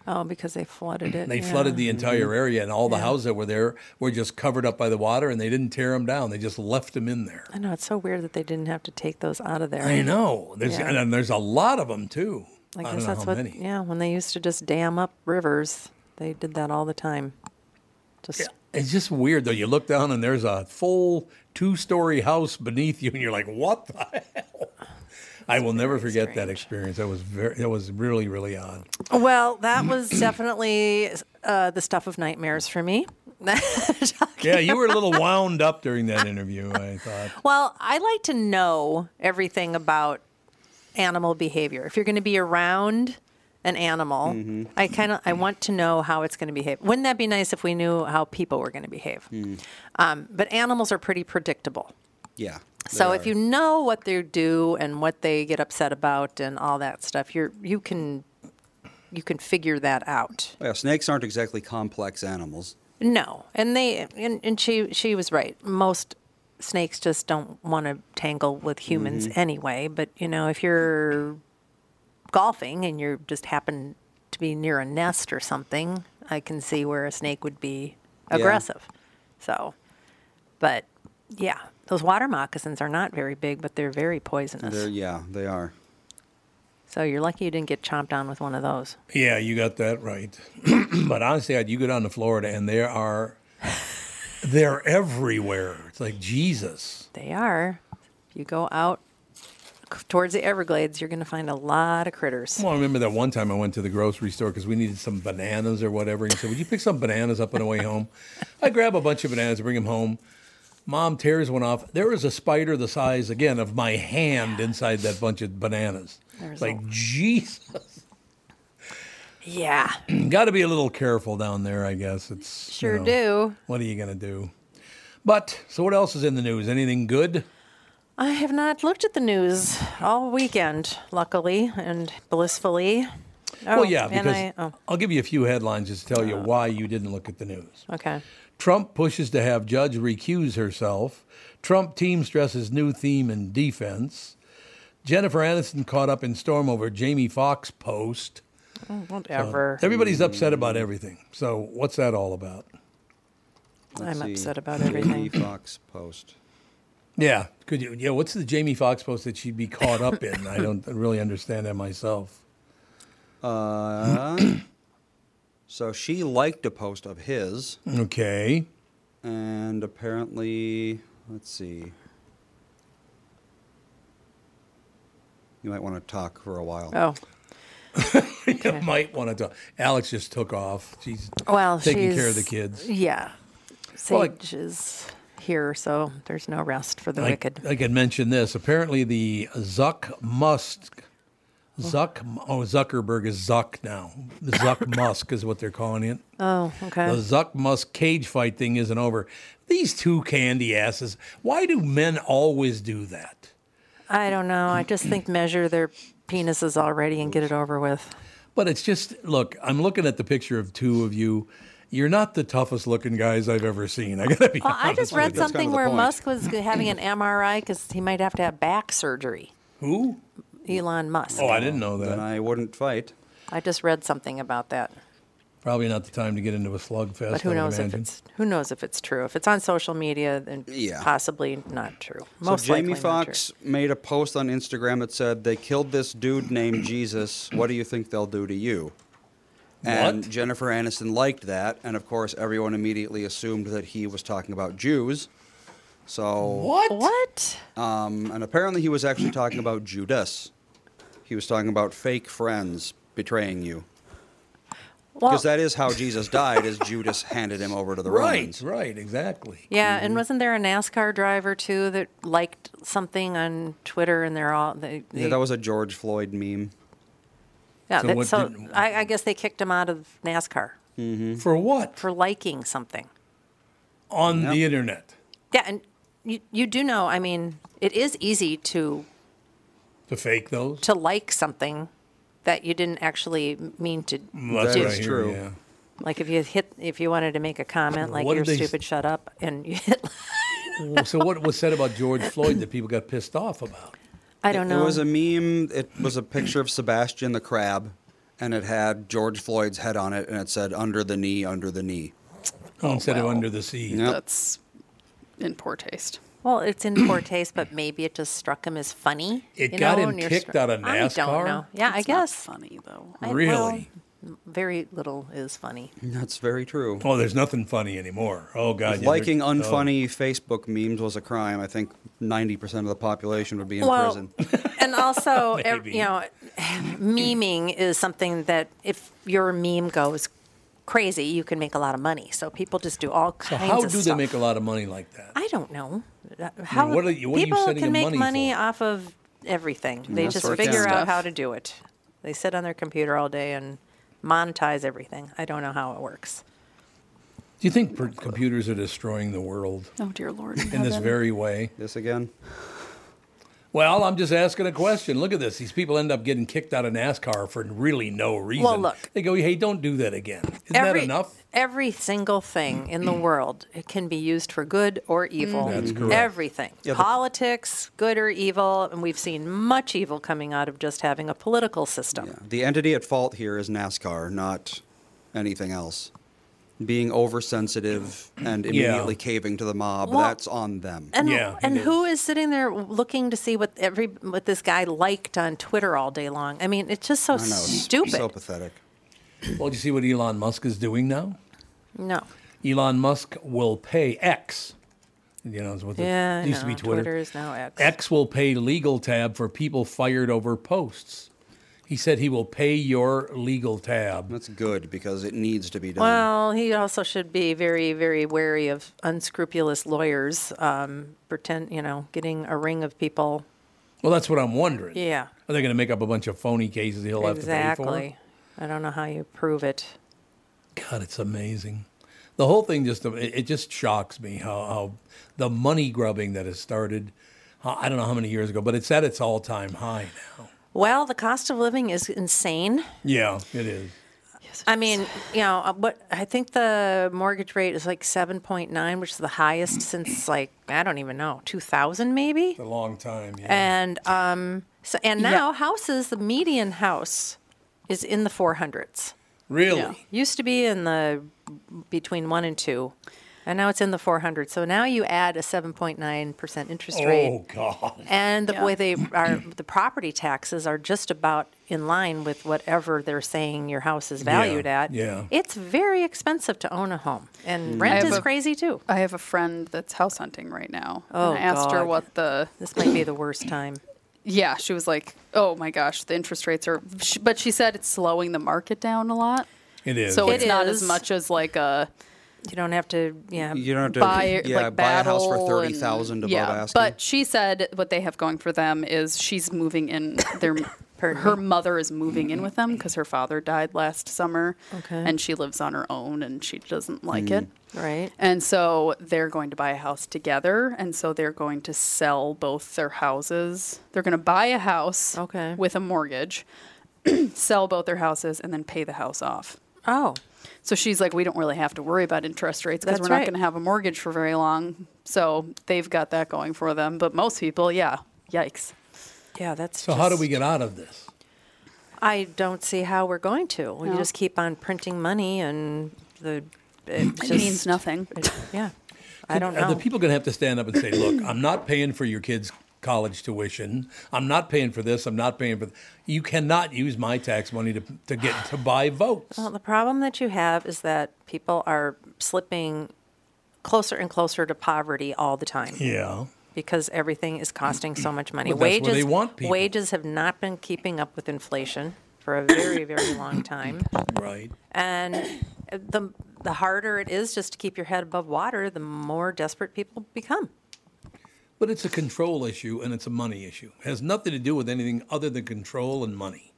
[SPEAKER 2] Oh, because they flooded it.
[SPEAKER 1] They
[SPEAKER 2] yeah. Mm-hmm.
[SPEAKER 1] flooded the entire area, and all the
[SPEAKER 2] Yeah.
[SPEAKER 1] houses that were there were just covered up by the water, and they didn't tear them down. They just left them in there.
[SPEAKER 2] I know it's so weird that they didn't have to take those out of there.
[SPEAKER 1] I know. There's
[SPEAKER 2] Yeah.
[SPEAKER 1] and, and there's a lot of them too.
[SPEAKER 2] I
[SPEAKER 1] I
[SPEAKER 2] guess
[SPEAKER 1] don't know
[SPEAKER 2] that's
[SPEAKER 1] how
[SPEAKER 2] what.
[SPEAKER 1] many.
[SPEAKER 2] Yeah, when they used to just dam up rivers, they did that all the time. Just
[SPEAKER 1] It's just weird though. You look down and there's a full two-story house beneath you, and you're like, "What the hell?" I will never forget that experience. That was very. That was really really odd.
[SPEAKER 2] Well, that was definitely uh, the stuff of nightmares for me.
[SPEAKER 1] Yeah, you were a little wound up during that interview. I thought.
[SPEAKER 2] Well, I like to know everything about animal behavior. If you're going to be around an animal,
[SPEAKER 1] Mm-hmm.
[SPEAKER 2] I kind of I want to know how it's going to behave. Wouldn't that be nice if we knew how people were going to behave?
[SPEAKER 1] Mm.
[SPEAKER 2] Um, but animals are pretty predictable.
[SPEAKER 3] Yeah.
[SPEAKER 2] So
[SPEAKER 3] they
[SPEAKER 2] if
[SPEAKER 3] are.
[SPEAKER 2] you know what they do and what they get upset about and all that stuff, you're you can you can figure that out.
[SPEAKER 3] Oh, Yeah, snakes aren't exactly complex animals.
[SPEAKER 2] No, and they and, and she she was right. Most snakes just don't want to tangle with humans
[SPEAKER 3] Mhm.
[SPEAKER 2] anyway. But you know, if you're golfing and you just happen to be near a nest or something, I can see where a snake would be
[SPEAKER 11] Yeah.
[SPEAKER 2] aggressive. So, but yeah, those water moccasins are not very big, but they're very poisonous.
[SPEAKER 3] They're, yeah, they are.
[SPEAKER 2] so you're lucky you didn't get chomped on with one of those.
[SPEAKER 1] Yeah, you got that right. but honestly, I'd- you go down to Florida and there are, they're everywhere. It's like Jesus.
[SPEAKER 2] They are. If you go out c- towards the Everglades, you're going to find a lot of critters.
[SPEAKER 1] Well, I remember that one time I went to the grocery store because we needed some bananas or whatever. And he said, Would you pick some bananas up on the way home? I grab a bunch of bananas, bring them home. Mom tears one off. There was a spider the size, again, of my hand inside that bunch of bananas.
[SPEAKER 2] There's
[SPEAKER 1] like,
[SPEAKER 2] a-
[SPEAKER 1] Jesus.
[SPEAKER 2] Yeah,
[SPEAKER 1] Got to be a little careful down there, I guess. It's you
[SPEAKER 2] Sure
[SPEAKER 1] know,
[SPEAKER 2] do.
[SPEAKER 1] What are you going to do? But, so what else is in the news? Anything good?
[SPEAKER 2] I have not looked at the news all weekend, luckily and blissfully. Oh,
[SPEAKER 1] well, yeah,
[SPEAKER 2] and
[SPEAKER 1] because
[SPEAKER 2] I- oh,
[SPEAKER 1] I'll give you a few headlines just to tell you why you didn't look at the news.
[SPEAKER 2] okay.
[SPEAKER 1] Trump pushes to have judge recuse herself. Trump team stresses new theme in defense. Jennifer Aniston caught up in storm over Jamie Foxx post.
[SPEAKER 2] Oh,
[SPEAKER 1] So
[SPEAKER 2] Whatever.
[SPEAKER 1] everybody's upset about everything. So what's that all about?
[SPEAKER 2] I'm upset about
[SPEAKER 3] Jamie
[SPEAKER 2] everything.
[SPEAKER 3] Fox post.
[SPEAKER 1] Yeah, could you? Yeah, what's the Jamie Foxx post that she'd be caught up in? I don't really understand that myself.
[SPEAKER 3] Uh, so she liked a post of his.
[SPEAKER 1] Okay.
[SPEAKER 3] And apparently, let's see. You might want to talk for a while.
[SPEAKER 2] Oh.
[SPEAKER 1] you might want to talk. Alex just took off. She's
[SPEAKER 2] Well,
[SPEAKER 1] taking
[SPEAKER 2] she's,
[SPEAKER 1] care of the kids.
[SPEAKER 2] Yeah.
[SPEAKER 1] Well, I-
[SPEAKER 2] Sage is here, so there's no rest for the
[SPEAKER 1] I,
[SPEAKER 2] wicked.
[SPEAKER 1] I could mention this. Apparently, the Zuck Musk, Zuck, oh Zuckerberg is Zuck now. The Zuck Musk is what they're calling it.
[SPEAKER 2] Oh, okay.
[SPEAKER 1] The Zuck Musk cage fight thing isn't over. These two candy asses. Why do men always do that?
[SPEAKER 2] I don't know. I just think measure their penises already and get it over with.
[SPEAKER 1] But it's just look. I'm looking at the picture of two of you. You're not the toughest looking guys I've ever seen. I gotta be.
[SPEAKER 2] Well, I
[SPEAKER 1] honest
[SPEAKER 2] just
[SPEAKER 1] with
[SPEAKER 2] read
[SPEAKER 1] you.
[SPEAKER 2] something where Musk was g- having an MRI because he might have to have back surgery.
[SPEAKER 1] Who?
[SPEAKER 2] Elon Musk.
[SPEAKER 1] Oh, I didn't know that.
[SPEAKER 3] Then I wouldn't fight.
[SPEAKER 2] I just read something about that.
[SPEAKER 1] Probably not the time to get into a slugfest.
[SPEAKER 2] But who
[SPEAKER 1] I would
[SPEAKER 2] knows if
[SPEAKER 1] imagine.
[SPEAKER 2] it's who knows if it's true? If it's on social media, then
[SPEAKER 3] Yeah.
[SPEAKER 2] possibly not true. Most
[SPEAKER 3] so Jamie
[SPEAKER 2] likely not true.
[SPEAKER 3] Foxx made a post on Instagram that said, "They killed this dude named Jesus. What do you think they'll do to you?" And
[SPEAKER 1] What?
[SPEAKER 3] Jennifer Aniston liked that, and of course, everyone immediately assumed that he was talking about Jews. So
[SPEAKER 2] What? What?
[SPEAKER 3] Um, and apparently, he was actually talking about Judas. He was talking about fake friends betraying you.
[SPEAKER 2] Well-
[SPEAKER 3] Because that is how Jesus died, is Judas handed him over to the
[SPEAKER 1] Right,
[SPEAKER 3] Romans.
[SPEAKER 1] Right, exactly.
[SPEAKER 2] Yeah,
[SPEAKER 3] Mm-hmm.
[SPEAKER 2] and wasn't there a NASCAR driver too that liked something on Twitter and they're all they, they
[SPEAKER 3] Yeah, that was a George Floyd meme.
[SPEAKER 2] yeah
[SPEAKER 3] So
[SPEAKER 2] that,
[SPEAKER 3] what
[SPEAKER 2] so
[SPEAKER 3] did-
[SPEAKER 2] I, I guess they kicked him out of NASCAR
[SPEAKER 3] Mm-hmm.
[SPEAKER 2] Mm.
[SPEAKER 1] For what?
[SPEAKER 2] for liking something.
[SPEAKER 1] On the internet
[SPEAKER 2] Yeah, and you you do know, I mean, it is easy to
[SPEAKER 1] to fake those.
[SPEAKER 2] to like something that you didn't actually mean to.
[SPEAKER 1] That's
[SPEAKER 2] do.
[SPEAKER 1] what I hear, true. yeah.
[SPEAKER 2] Like if you hit if you wanted to make a comment like
[SPEAKER 1] What
[SPEAKER 2] "you're
[SPEAKER 1] did they s-
[SPEAKER 2] stupid, shut up," and you hit,
[SPEAKER 1] Well, so what was said about George Floyd that people got pissed off about?
[SPEAKER 2] I don't know.
[SPEAKER 3] It was a meme. It was a picture of Sebastian the crab, and it had George Floyd's head on it, and it said "under the knee, under the knee."
[SPEAKER 1] Oh, Instead of under the sea.
[SPEAKER 3] Yep.
[SPEAKER 6] That's in poor taste.
[SPEAKER 2] Well, it's in poor taste, but maybe it just struck him as funny.
[SPEAKER 1] It
[SPEAKER 2] you
[SPEAKER 1] got
[SPEAKER 2] know,
[SPEAKER 1] him
[SPEAKER 2] and you're
[SPEAKER 1] kicked
[SPEAKER 2] str-
[SPEAKER 1] out of
[SPEAKER 2] I
[SPEAKER 1] NASCAR?
[SPEAKER 2] don't know. Yeah, I
[SPEAKER 6] It's not
[SPEAKER 2] guess.
[SPEAKER 6] funny though.
[SPEAKER 2] I- well,
[SPEAKER 1] Really?
[SPEAKER 2] m- very little is funny.
[SPEAKER 3] That's very true.
[SPEAKER 1] Oh, there's nothing funny anymore. Oh God,
[SPEAKER 3] If
[SPEAKER 1] yeah,
[SPEAKER 3] liking
[SPEAKER 1] there- oh.
[SPEAKER 3] unfunny Facebook memes was a crime, I think 90% of the population would be in
[SPEAKER 2] Well,
[SPEAKER 3] prison.
[SPEAKER 2] And also, ev-
[SPEAKER 3] Maybe.
[SPEAKER 2] you know, memeing is something that if your meme goes crazy, you can make a lot of money. So people just do all
[SPEAKER 1] So
[SPEAKER 2] kinds
[SPEAKER 1] how do
[SPEAKER 2] of
[SPEAKER 1] they
[SPEAKER 2] stuff.
[SPEAKER 1] make a lot of money like that?
[SPEAKER 2] I don't know. How
[SPEAKER 1] what are you- what are you
[SPEAKER 2] people
[SPEAKER 1] sending them
[SPEAKER 2] can make
[SPEAKER 1] money
[SPEAKER 2] money, off of everything.
[SPEAKER 1] Doing
[SPEAKER 2] They
[SPEAKER 1] all
[SPEAKER 2] just
[SPEAKER 1] sorts of
[SPEAKER 2] figure out
[SPEAKER 1] stuff.
[SPEAKER 2] how to do it. They sit on their computer all day and monetize everything. I don't know how it works.
[SPEAKER 1] Do you think per- computers are destroying the world
[SPEAKER 6] Oh dear Lord!
[SPEAKER 1] in this very way?
[SPEAKER 3] This again?
[SPEAKER 1] Well, I'm just asking a question. Look at this. These people end up getting kicked out of NASCAR for really no reason.
[SPEAKER 2] Well, look.
[SPEAKER 1] They go, hey, don't do that again. Isn't
[SPEAKER 2] every,
[SPEAKER 1] that enough?
[SPEAKER 2] Every single thing in the world it can be used for good or evil.
[SPEAKER 1] Mm. That's correct.
[SPEAKER 2] Everything.
[SPEAKER 1] Yeah, but-
[SPEAKER 2] Politics, good or evil. And we've seen much evil coming out of just having a political system.
[SPEAKER 3] The entity at fault here is NASCAR, not anything else. Being oversensitive and
[SPEAKER 2] Yeah.
[SPEAKER 3] immediately caving to the mob,
[SPEAKER 2] Well,
[SPEAKER 3] that's on them.
[SPEAKER 2] And, and who is sitting there looking to see what every what this guy liked on Twitter all day long? I mean, it's just so
[SPEAKER 1] I know, it's
[SPEAKER 2] stupid.
[SPEAKER 1] so
[SPEAKER 3] pathetic.
[SPEAKER 1] Well, do you see what Elon Musk is doing now?
[SPEAKER 2] no.
[SPEAKER 1] Elon Musk will pay X. You know, is what the,
[SPEAKER 2] Yeah, I
[SPEAKER 1] used to
[SPEAKER 2] know.
[SPEAKER 1] be Twitter.
[SPEAKER 2] Twitter is now X.
[SPEAKER 1] X will pay legal tab for people fired over posts. He said he will pay your legal tab.
[SPEAKER 3] That's good because it needs to be
[SPEAKER 2] Well, he also should be very, very wary of unscrupulous lawyers. Um, pretend, you know, getting a ring of people.
[SPEAKER 1] Well, that's what I'm wondering.
[SPEAKER 2] Yeah,
[SPEAKER 1] Are they going to make up a bunch of phony cases he'll have to pay
[SPEAKER 2] exactly. I don't know how you prove it.
[SPEAKER 1] for? God, it's amazing. The whole thing just it it just shocks me how, how the money grubbing that has started. how- I don't know how many years ago, but it's at its all time high now.
[SPEAKER 2] Well, the cost of living is insane.
[SPEAKER 1] Yeah, it is.
[SPEAKER 2] I mean, you know, uh, what I think the mortgage rate is like 7.9, which is the highest since like I don't even know, 2000 maybe.
[SPEAKER 1] A long time. Yeah.
[SPEAKER 2] And um so and
[SPEAKER 1] Yeah.
[SPEAKER 2] now houses, the median house is in the 400s.
[SPEAKER 1] Really?
[SPEAKER 2] Used to be in the between 1 and 2. And now it's in the 400. So now you add a 7.9% interest
[SPEAKER 1] Oh
[SPEAKER 2] rate.
[SPEAKER 1] God.
[SPEAKER 2] And the
[SPEAKER 1] Yeah.
[SPEAKER 2] way they are, the property taxes are just about in line with whatever they're saying your house is valued
[SPEAKER 6] Yeah,
[SPEAKER 2] at.
[SPEAKER 6] yeah.
[SPEAKER 2] It's very expensive to own a home, and
[SPEAKER 1] Mm.
[SPEAKER 6] I
[SPEAKER 2] rent
[SPEAKER 6] have
[SPEAKER 2] is
[SPEAKER 6] a-
[SPEAKER 2] crazy too.
[SPEAKER 6] I have a friend that's house hunting right now.
[SPEAKER 2] Oh,
[SPEAKER 6] and I asked her
[SPEAKER 2] God.
[SPEAKER 6] what the
[SPEAKER 2] This might be the worst time.
[SPEAKER 6] Yeah, she was like, "Oh my gosh, the interest rates are," sh- but she said it's slowing the market down a lot.
[SPEAKER 1] It is.
[SPEAKER 6] So
[SPEAKER 1] It
[SPEAKER 6] it's not as
[SPEAKER 2] is.
[SPEAKER 6] much as like a.
[SPEAKER 2] You don't have to, yeah.
[SPEAKER 3] You don't have to,
[SPEAKER 6] buy,
[SPEAKER 3] yeah,
[SPEAKER 6] like,
[SPEAKER 3] buy a house for
[SPEAKER 6] battle
[SPEAKER 3] thirty
[SPEAKER 6] and-
[SPEAKER 3] thousand above
[SPEAKER 6] yeah,
[SPEAKER 3] asking.
[SPEAKER 6] but she said what they have going for them is she's moving in. Their her mother is moving in with them because her father died last summer,
[SPEAKER 2] Okay.
[SPEAKER 6] and she lives on her own and she doesn't like
[SPEAKER 3] Hmm.
[SPEAKER 6] it.
[SPEAKER 2] Right.
[SPEAKER 6] And so they're going to buy a house together, and so they're going to sell both their houses. They're going to buy a house okay. with a mortgage, sell both their houses, and then pay the house off.
[SPEAKER 2] Oh.
[SPEAKER 6] So she's like, we don't really have to worry about interest rates because
[SPEAKER 2] That's
[SPEAKER 6] we're
[SPEAKER 2] right.
[SPEAKER 6] not going to have a mortgage for very long. So they've got that going for them. But most people, yeah, yikes.
[SPEAKER 2] Yeah, that's
[SPEAKER 1] So how do we get out of this?
[SPEAKER 2] I don't see how we're going to. We
[SPEAKER 6] No.
[SPEAKER 2] just keep on printing money, and the it,
[SPEAKER 6] It
[SPEAKER 2] just,
[SPEAKER 6] means nothing.
[SPEAKER 2] yeah, I don't
[SPEAKER 1] Are
[SPEAKER 2] know.
[SPEAKER 1] the people going to have to stand up and say, "Look, I'm not paying for your kids' college tuition. I'm not paying for this. I'm not paying for." Th-. You cannot use my tax money to to get to buy votes.
[SPEAKER 2] Well, the problem that you have is that people are slipping closer and closer to poverty all the time.
[SPEAKER 1] Yeah.
[SPEAKER 2] Because everything is costing so much money.
[SPEAKER 1] But that's where
[SPEAKER 2] wages
[SPEAKER 1] they want people.
[SPEAKER 2] wages have not been keeping up with inflation for a very very long time.
[SPEAKER 1] Right.
[SPEAKER 2] And the the harder it is just to keep your head above water, the more desperate people become.
[SPEAKER 1] But it's a control issue and it's a money issue. It has nothing to do with anything other than control and money.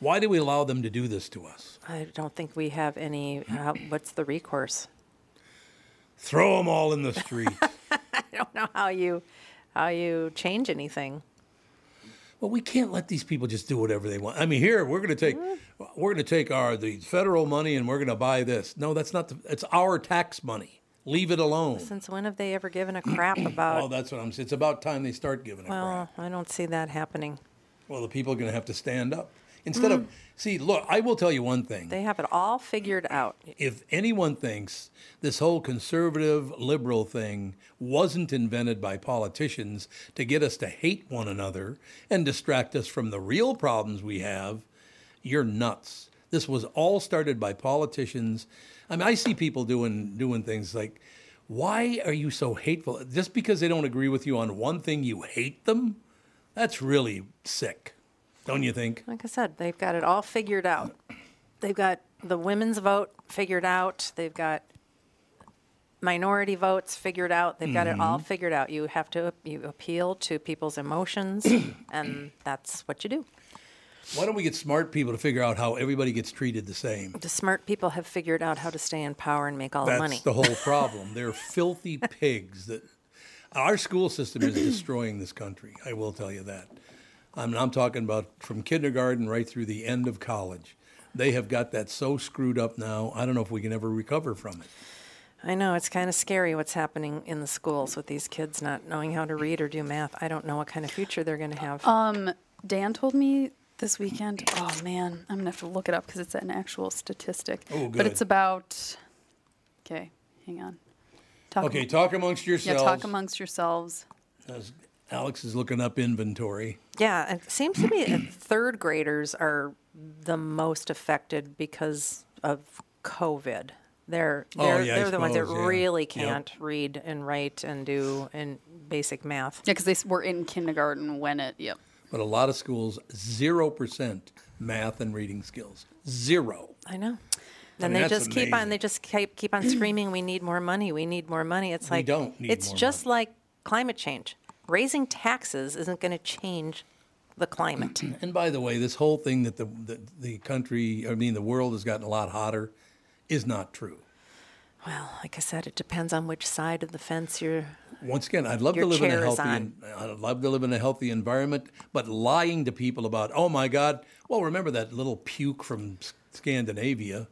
[SPEAKER 1] Why do we allow them to do this to us?
[SPEAKER 2] I don't think we have any. Uh, what's the recourse?
[SPEAKER 1] Throw them all in the street.
[SPEAKER 2] I don't know how you how you change anything.
[SPEAKER 1] Well, we can't let these people just do whatever they want. I mean, here we're going to take we're going to take our the federal money and we're going to buy this. No, that's not. The, it's our tax money. Leave it alone.
[SPEAKER 2] Since when have they ever given a crap about?
[SPEAKER 1] Oh, that's what I'm. saying. It's about time they start giving. Up.
[SPEAKER 2] well, I don't see that happening.
[SPEAKER 1] Well, the people are going to have to stand up instead of see. Look, I will tell you one thing.
[SPEAKER 2] Mm. They have it all figured out.
[SPEAKER 1] If anyone thinks this whole conservative liberal thing wasn't invented by politicians to get us to hate one another and distract us from the real problems we have, you're nuts. This was all started by politicians. I mean, I see people doing doing things like, why are you so hateful? Just because they don't agree with you on one thing, you hate them. That's really sick, don't you think?
[SPEAKER 2] Like I said, they've got it all figured out. They've got the women's vote figured out. They've got minority votes figured out. They've got it all
[SPEAKER 1] Mhm.
[SPEAKER 2] figured out. You have to you appeal to people's emotions, and that's what you do.
[SPEAKER 1] Why don't we get smart people to figure out how everybody gets treated the same?
[SPEAKER 2] The smart people have figured out how to stay in power and make all
[SPEAKER 1] That's
[SPEAKER 2] the money.
[SPEAKER 1] the whole problem. They're filthy pigs that Our school system is destroying this country. I will tell you that. I'm, I'm talking about from kindergarten right through the end of college. They have got that so screwed up now. I don't know if we can ever recover from it.
[SPEAKER 2] I know it's kind of scary what's happening in the schools with these kids not knowing how to read or do math. I don't know what kind of future they're going to have.
[SPEAKER 6] Um, Dan told me this weekend. Oh man, I'm gonna have to look it up because it's an actual statistic.
[SPEAKER 1] Oh,
[SPEAKER 6] But
[SPEAKER 1] good.
[SPEAKER 6] it's about. Okay, hang on.
[SPEAKER 1] Okay, talk amongst
[SPEAKER 6] Yeah, talk
[SPEAKER 1] yourselves.
[SPEAKER 6] amongst yourselves.
[SPEAKER 1] As Alex is looking up inventory.
[SPEAKER 2] Yeah, it seems to me that third graders are the most affected because of COVID. They're
[SPEAKER 6] Oh,
[SPEAKER 2] they're,
[SPEAKER 6] yeah, I
[SPEAKER 2] they're the ones that
[SPEAKER 6] suppose, yeah.
[SPEAKER 2] really
[SPEAKER 6] Yep.
[SPEAKER 2] can't read and write and do and basic math.
[SPEAKER 6] Yeah, because they s- were in kindergarten when it. Yep.
[SPEAKER 1] But a lot of schools, 0% math and reading skills. Zero.
[SPEAKER 2] I know.
[SPEAKER 1] I mean,
[SPEAKER 2] And they
[SPEAKER 1] that's
[SPEAKER 2] just keep on.
[SPEAKER 1] amazing.
[SPEAKER 2] They just keep keep on screaming. We need more money. We need more money. It's
[SPEAKER 1] We
[SPEAKER 2] like
[SPEAKER 1] don't need
[SPEAKER 2] It's
[SPEAKER 1] more
[SPEAKER 2] just like climate change. Raising taxes isn't going to change the climate.
[SPEAKER 1] And by the way, this whole thing that the, the, the country, I mean, the world has gotten a lot hotter is not true.
[SPEAKER 2] Well, like I said, it depends on which side of the fence you're.
[SPEAKER 1] Once again, I'd love
[SPEAKER 2] Your
[SPEAKER 1] to live in a
[SPEAKER 2] chair is
[SPEAKER 1] healthy.
[SPEAKER 2] on.
[SPEAKER 1] en- I'd love to live in a healthy environment, but lying to people about, oh my God, well, remember that little puke from S- Scandinavia?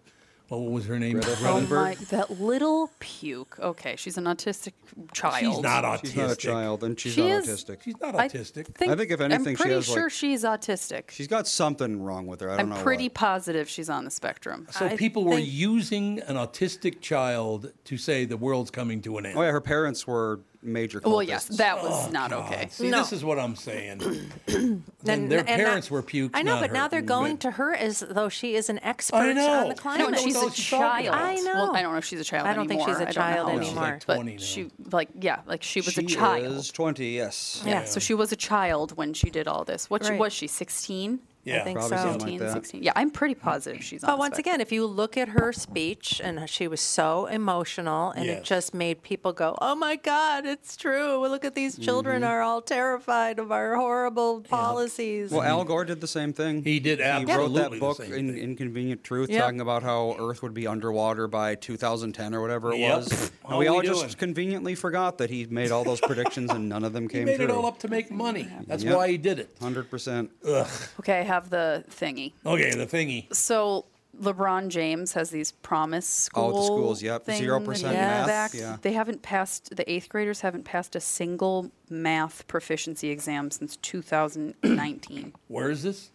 [SPEAKER 1] Well, what was her name?
[SPEAKER 3] Greta
[SPEAKER 6] Oh
[SPEAKER 1] Greta
[SPEAKER 6] my,
[SPEAKER 1] Thunberg?
[SPEAKER 6] that little puke. Okay, she's an autistic child.
[SPEAKER 1] She's not autistic.
[SPEAKER 3] She's not a child, and she's
[SPEAKER 6] She
[SPEAKER 3] not
[SPEAKER 6] is-
[SPEAKER 3] autistic.
[SPEAKER 1] She's not
[SPEAKER 6] I
[SPEAKER 1] autistic.
[SPEAKER 6] Think,
[SPEAKER 3] I think if anything,
[SPEAKER 6] I'm
[SPEAKER 3] she
[SPEAKER 6] pretty
[SPEAKER 3] has, like-
[SPEAKER 6] sure she's autistic.
[SPEAKER 3] She's got something wrong with her. I don't
[SPEAKER 6] I'm
[SPEAKER 3] know.
[SPEAKER 6] pretty positive she's on the spectrum.
[SPEAKER 1] So people were using an autistic child to say the world's coming to an end.
[SPEAKER 3] what. Oh yeah, her parents were major.
[SPEAKER 6] Well, yes,
[SPEAKER 3] cultists.
[SPEAKER 6] that was not okay.
[SPEAKER 1] Oh, See,
[SPEAKER 2] No.
[SPEAKER 1] this is what I'm saying.
[SPEAKER 2] And-
[SPEAKER 1] and their
[SPEAKER 2] and that-
[SPEAKER 1] parents were puked.
[SPEAKER 2] I know,
[SPEAKER 1] not
[SPEAKER 2] but now
[SPEAKER 1] her. mm,
[SPEAKER 2] they're going to her as though she is an expert on
[SPEAKER 1] know.
[SPEAKER 2] the
[SPEAKER 1] I
[SPEAKER 2] climate.
[SPEAKER 6] No, she's a child.
[SPEAKER 2] I know.
[SPEAKER 6] Well, I don't know if she's a child
[SPEAKER 2] I don't think
[SPEAKER 6] anymore.
[SPEAKER 2] she's a
[SPEAKER 6] I don't know
[SPEAKER 2] child
[SPEAKER 6] how old
[SPEAKER 2] anymore.
[SPEAKER 6] she is,
[SPEAKER 2] She's like
[SPEAKER 6] but she, like, yeah, like she was a
[SPEAKER 3] She
[SPEAKER 6] child.
[SPEAKER 3] is twenty. Yes.
[SPEAKER 6] Yeah. so she was a child when she did all this. What she,
[SPEAKER 2] Right.
[SPEAKER 6] was she, 16?
[SPEAKER 3] Yeah, I think Probably so. something like
[SPEAKER 6] 15,
[SPEAKER 3] that.
[SPEAKER 6] 16. Yeah, I'm pretty positive she's on
[SPEAKER 2] But
[SPEAKER 6] the
[SPEAKER 2] once
[SPEAKER 6] spectrum.
[SPEAKER 2] again, if you look at her speech, and she was so emotional, and it
[SPEAKER 6] Yes.
[SPEAKER 2] just made people go, "Oh my God, it's true! Well, Look at these children
[SPEAKER 3] Mhm.
[SPEAKER 2] are all terrified of our horrible policies."
[SPEAKER 3] Well, Al Gore did the same thing. He
[SPEAKER 1] did.
[SPEAKER 3] He wrote
[SPEAKER 1] absolutely
[SPEAKER 3] that
[SPEAKER 1] the
[SPEAKER 3] book,
[SPEAKER 1] same
[SPEAKER 3] In, "Inconvenient Truth,"
[SPEAKER 2] Yep.
[SPEAKER 3] talking about how Earth would be underwater by 2010 or whatever it
[SPEAKER 1] Yep.
[SPEAKER 3] was.
[SPEAKER 1] How
[SPEAKER 3] And we
[SPEAKER 1] are we
[SPEAKER 3] all
[SPEAKER 1] doing?
[SPEAKER 3] just conveniently forgot that he made all those predictions and none of them
[SPEAKER 1] He
[SPEAKER 3] came
[SPEAKER 1] made
[SPEAKER 3] through.
[SPEAKER 1] it all up to make money. That's
[SPEAKER 3] Yep.
[SPEAKER 1] why he did it.
[SPEAKER 3] Hundred percent.
[SPEAKER 1] Ugh.
[SPEAKER 6] Okay, I have the thingy.
[SPEAKER 1] Okay, the thingy.
[SPEAKER 6] So LeBron James has these promise
[SPEAKER 3] Oh,
[SPEAKER 6] school.
[SPEAKER 3] the schools, yep.
[SPEAKER 6] thing
[SPEAKER 3] 0%
[SPEAKER 6] that he
[SPEAKER 3] math,
[SPEAKER 6] backs.
[SPEAKER 3] yeah.
[SPEAKER 6] They haven't passed. The eighth graders haven't passed a single math proficiency exam since 2019.
[SPEAKER 1] Where is this?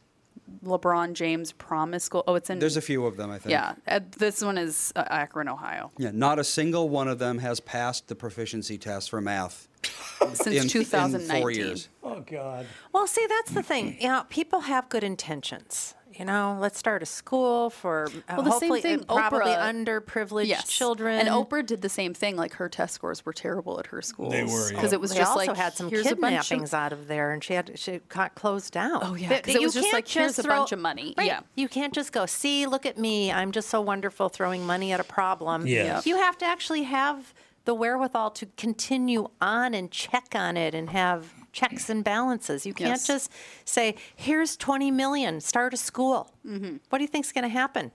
[SPEAKER 6] LeBron James promise school. Oh, it's in.
[SPEAKER 3] There's a few of them, I think.
[SPEAKER 6] Yeah, uh, this one is uh, Akron, Ohio.
[SPEAKER 3] Yeah, not a single one of them has passed the proficiency test for math
[SPEAKER 6] Since
[SPEAKER 3] in- in
[SPEAKER 6] 2019.
[SPEAKER 3] four years.
[SPEAKER 1] Oh God.
[SPEAKER 2] Well, see, that's the thing. Yeah, people have good intentions. You know, let's start a school for uh,
[SPEAKER 6] Well, the same
[SPEAKER 2] hopefully
[SPEAKER 6] thing,
[SPEAKER 2] and probably
[SPEAKER 6] Oprah-
[SPEAKER 2] underprivileged children.
[SPEAKER 6] And Oprah did the same thing. Like her test scores were terrible at her school.
[SPEAKER 2] They
[SPEAKER 1] were,
[SPEAKER 6] because it was
[SPEAKER 2] they
[SPEAKER 6] just
[SPEAKER 2] also
[SPEAKER 6] like
[SPEAKER 2] had some
[SPEAKER 6] here's a bunch of
[SPEAKER 2] kidnappings out of there, and she had she got closed down. Oh
[SPEAKER 6] yeah, 'cause it was just like, here's a bunch of money. Yeah.
[SPEAKER 2] you can't just go see, look at me, I'm just so wonderful throwing money at a problem.
[SPEAKER 6] Yes.
[SPEAKER 2] you have to actually have the wherewithal to continue on and check on it and have checks and balances. You can't
[SPEAKER 6] Yes.
[SPEAKER 2] just say, here's 20 million, start a school.
[SPEAKER 6] Mm-hmm.
[SPEAKER 2] What do you think's going to happen?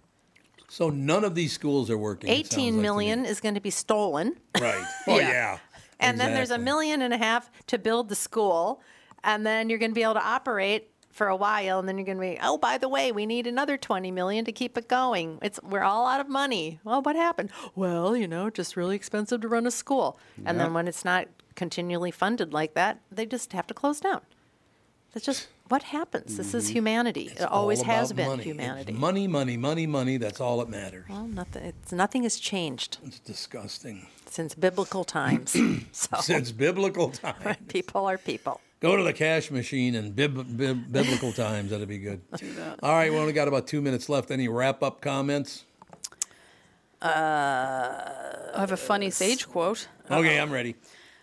[SPEAKER 1] So none of these schools are working. it sounds
[SPEAKER 2] 18
[SPEAKER 1] like to
[SPEAKER 2] million is going to be stolen.
[SPEAKER 1] me. Right. Oh
[SPEAKER 2] Yeah.
[SPEAKER 1] yeah.
[SPEAKER 2] And then there's a
[SPEAKER 1] Exactly.
[SPEAKER 2] million and a half to build the school. And then you're going to be able to operate for a while. And then you're going to be, oh, by the way, we need another 20 million to keep it going. It's We're all out of money. Well, what happened? Well, you know, just really expensive to run a school. And
[SPEAKER 6] Yeah.
[SPEAKER 2] then when it's not continually funded like that, they just have to close down. That's just what happens. This is
[SPEAKER 1] Mhm.
[SPEAKER 2] humanity. it
[SPEAKER 1] All
[SPEAKER 2] always has
[SPEAKER 1] about
[SPEAKER 2] been
[SPEAKER 1] money. It's
[SPEAKER 2] humanity.
[SPEAKER 1] money, money, money, money. That's all that matters.
[SPEAKER 2] Well, nothing, it's, nothing has changed
[SPEAKER 1] It's disgusting.
[SPEAKER 2] since biblical times. so
[SPEAKER 1] Since biblical times.
[SPEAKER 2] people are people.
[SPEAKER 1] Go to the cash machine in bib- bib- biblical times. That'd be good. All right, we only got about two minutes left. Any wrap up comments?
[SPEAKER 6] Uh, I have a funny sage quote.
[SPEAKER 1] Okay, I'm ready.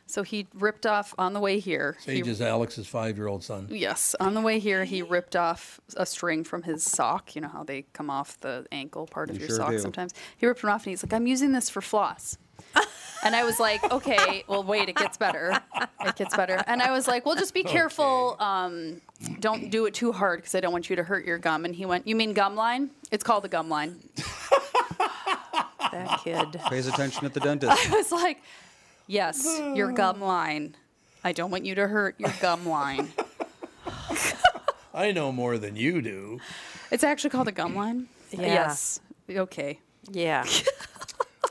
[SPEAKER 6] So he ripped off on the way here.
[SPEAKER 1] Sage
[SPEAKER 6] he,
[SPEAKER 1] is Alex's five year old son.
[SPEAKER 6] Yes, on the way here, he ripped off a string from his sock. You know how they come off the ankle part of
[SPEAKER 3] They
[SPEAKER 6] your
[SPEAKER 3] sure
[SPEAKER 6] sock
[SPEAKER 3] do.
[SPEAKER 6] sometimes. He ripped one off, and he's like, "I'm using this for floss." and I was like, "Okay, well, wait, it gets better. It gets better." And I was like, "Well, just be careful. Um, don't do it too hard because I don't want you to hurt your gum." And he went, "You mean gum line? It's called the gum line." that
[SPEAKER 2] kid.
[SPEAKER 3] Pays attention at the
[SPEAKER 6] I
[SPEAKER 3] dentist.
[SPEAKER 6] was like, Yes, your gum line. I don't want you to hurt your gum line.
[SPEAKER 1] I know more than you do.
[SPEAKER 6] It's actually called a gum line.
[SPEAKER 2] Yeah.
[SPEAKER 6] Yes. Okay.
[SPEAKER 2] Yeah.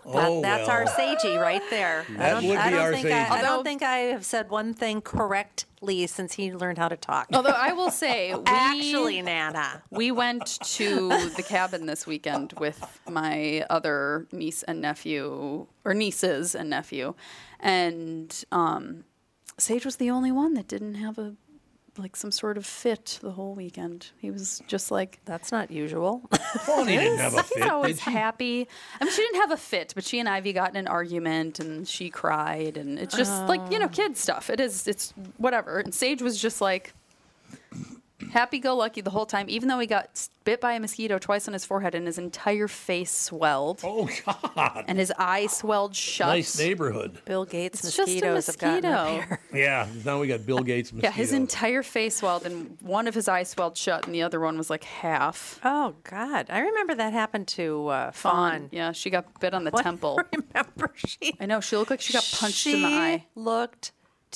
[SPEAKER 1] Oh,
[SPEAKER 2] that's
[SPEAKER 1] well.
[SPEAKER 2] our Seiji right there.
[SPEAKER 1] That would be
[SPEAKER 2] I don't
[SPEAKER 1] our
[SPEAKER 2] think I, I
[SPEAKER 1] Seiji.
[SPEAKER 2] don't think I have said one thing correctly since he learned how to talk.
[SPEAKER 6] Although I will say, Oh, we,
[SPEAKER 2] Actually, Nana.
[SPEAKER 6] we went to the cabin this weekend with my other niece and nephew, or nieces and nephew, and um, Sage was the only one that didn't have a like some sort of fit the whole weekend. He was just like,
[SPEAKER 2] "That's not usual."
[SPEAKER 1] Bonnie didn't have a
[SPEAKER 6] She's
[SPEAKER 1] fit,
[SPEAKER 6] always
[SPEAKER 1] did she?
[SPEAKER 6] happy. I mean, she didn't have a fit, but she and Ivy got in an argument, and she cried, and it's just like you know, kid stuff. It is, it's whatever. And Sage was just like happy-go-lucky the whole time, even though he got s- bit by a mosquito twice on his forehead, and his entire face swelled.
[SPEAKER 1] Oh God!
[SPEAKER 6] And his eye swelled shut.
[SPEAKER 1] Nice neighborhood.
[SPEAKER 2] Bill Gates
[SPEAKER 6] It's
[SPEAKER 2] mosquitoes
[SPEAKER 6] just a
[SPEAKER 2] have gotten up
[SPEAKER 6] mosquito.
[SPEAKER 1] Yeah, now we got Bill Gates.
[SPEAKER 6] Yeah,
[SPEAKER 1] mosquitoes.
[SPEAKER 6] his entire face swelled, and one of his eyes swelled shut, and the other one was like half.
[SPEAKER 2] Oh God, I remember that happened to uh, Fawn.
[SPEAKER 6] Yeah, she got bit on the temple.
[SPEAKER 2] Remember she?
[SPEAKER 6] I know she looked like she got punched in the
[SPEAKER 2] She
[SPEAKER 6] eye.
[SPEAKER 2] Looked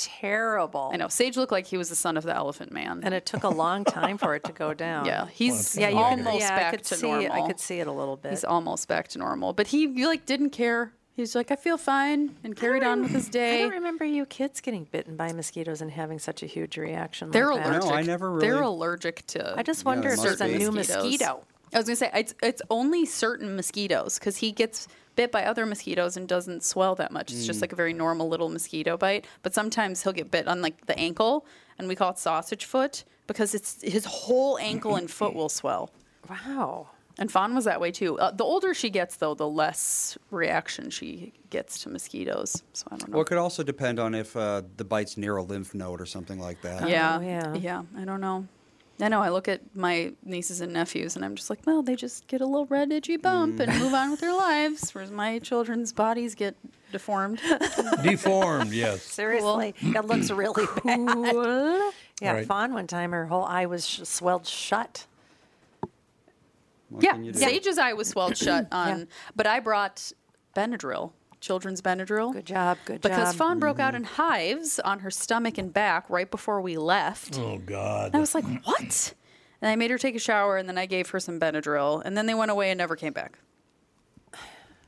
[SPEAKER 2] terrible.
[SPEAKER 6] I know Sage looked like he was the son of the Elephant Man,
[SPEAKER 2] and it took a long time for it to go down.
[SPEAKER 6] Yeah, he's
[SPEAKER 2] yeah, you
[SPEAKER 6] almost
[SPEAKER 2] could, yeah, I
[SPEAKER 6] back
[SPEAKER 2] could
[SPEAKER 6] to
[SPEAKER 2] see
[SPEAKER 6] normal.
[SPEAKER 2] It, I could see it a little bit.
[SPEAKER 6] He's almost back to normal, but he like didn't care. He's like, I feel fine, and carried on with his
[SPEAKER 2] I
[SPEAKER 6] day.
[SPEAKER 2] don't remember you kids getting bitten by mosquitoes and having such a huge reaction.
[SPEAKER 6] They're
[SPEAKER 2] like that.
[SPEAKER 6] allergic. They're allergic to.
[SPEAKER 2] I just wonder if there's a
[SPEAKER 6] certain
[SPEAKER 2] new
[SPEAKER 6] mosquitoes.
[SPEAKER 2] mosquito.
[SPEAKER 6] I was gonna say it's it's only certain mosquitoes because he gets bit by other mosquitoes and doesn't swell that much. It's just
[SPEAKER 2] Mm.
[SPEAKER 6] like a very normal little mosquito bite. But sometimes he'll get bit on like the ankle, and we call it sausage foot because it's his whole ankle and foot will swell.
[SPEAKER 2] Wow.
[SPEAKER 6] And Fawn was that way too. Uh, the older she gets, though, the less reaction she gets to mosquitoes. So I don't know.
[SPEAKER 3] Or it could also depend on if uh, the bite's near a lymph node or something like that.
[SPEAKER 6] yeah, yeah, I don't know. I know. I look at my nieces and nephews, and I'm just like, well, they just get a little red itchy bump
[SPEAKER 2] Mm.
[SPEAKER 6] and move on with their lives. Whereas my children's bodies get deformed.
[SPEAKER 1] deformed. Yes.
[SPEAKER 2] Seriously, that looks really bad. Yeah,
[SPEAKER 1] Right.
[SPEAKER 2] Fawn one time, her whole eye was sh- swelled shut.
[SPEAKER 6] yeah,
[SPEAKER 2] can you do?
[SPEAKER 6] Sage's eye was swelled shut on, but I brought Benadryl, children's Benadryl. Good
[SPEAKER 2] job, good
[SPEAKER 6] Because
[SPEAKER 2] job. Mm-hmm.
[SPEAKER 6] Fawn broke out in hives on her stomach and back right before we left.
[SPEAKER 1] Oh God.
[SPEAKER 6] And I was like, what? And I made her take a shower and then I gave her some Benadryl and then they went away and never came back.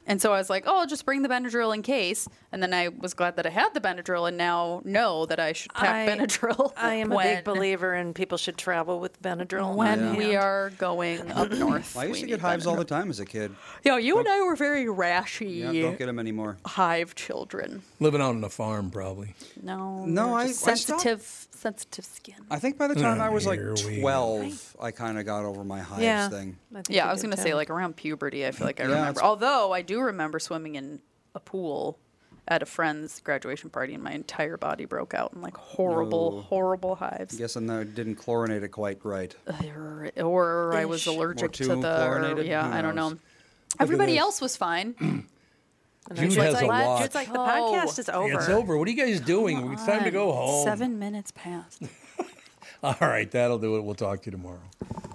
[SPEAKER 6] And so I was like, oh, I'll just bring the Benadryl in case. And then I was glad that I had the Benadryl and now know that I should
[SPEAKER 2] I-
[SPEAKER 6] pack Benadryl.
[SPEAKER 2] I am a
[SPEAKER 6] when-
[SPEAKER 2] big believer in people should travel with Benadryl.
[SPEAKER 6] When
[SPEAKER 3] Yeah.
[SPEAKER 6] we are going up north.
[SPEAKER 3] I used
[SPEAKER 6] we
[SPEAKER 3] to
[SPEAKER 6] need
[SPEAKER 3] get hives all the
[SPEAKER 6] Benadryl.
[SPEAKER 3] time as a kid.
[SPEAKER 6] Yeah, you and I were very rashy
[SPEAKER 3] Yeah, don't get them anymore.
[SPEAKER 6] hive children.
[SPEAKER 1] Living out on a farm, probably.
[SPEAKER 6] No.
[SPEAKER 3] No,
[SPEAKER 6] we're
[SPEAKER 3] I-
[SPEAKER 6] just
[SPEAKER 3] I stopped-
[SPEAKER 6] sensitive, sensitive skin.
[SPEAKER 3] I think by the time I was like
[SPEAKER 1] Here we go.
[SPEAKER 3] 12, I kind of got over my hives
[SPEAKER 6] Yeah.
[SPEAKER 3] thing.
[SPEAKER 6] yeah, I was gonna say like around puberty. I feel like I
[SPEAKER 3] Yeah,
[SPEAKER 6] remember.
[SPEAKER 3] it's-
[SPEAKER 6] Although I do remember swimming in a pool at a friend's graduation party, and my entire body broke out in like horrible,
[SPEAKER 3] No.
[SPEAKER 6] horrible
[SPEAKER 3] I'm
[SPEAKER 6] hives.
[SPEAKER 3] guessing I didn't chlorinate it quite right.
[SPEAKER 6] Or, or I was
[SPEAKER 3] Ish. More
[SPEAKER 6] allergic to
[SPEAKER 3] too
[SPEAKER 6] the.
[SPEAKER 3] chlorinated?
[SPEAKER 6] Yeah,
[SPEAKER 3] Who
[SPEAKER 6] I don't
[SPEAKER 3] knows?
[SPEAKER 6] know.
[SPEAKER 3] at
[SPEAKER 6] Everybody
[SPEAKER 3] this.
[SPEAKER 6] else was fine.
[SPEAKER 1] Jude
[SPEAKER 6] Jude's
[SPEAKER 1] has
[SPEAKER 6] like,
[SPEAKER 1] a
[SPEAKER 6] "Glad
[SPEAKER 1] watch.
[SPEAKER 6] Jude's like, "The podcast is over."
[SPEAKER 1] It's over. What are you guys doing? It's time to go home.
[SPEAKER 6] Seven minutes passed.
[SPEAKER 1] All right, that'll do it. We'll talk to you tomorrow.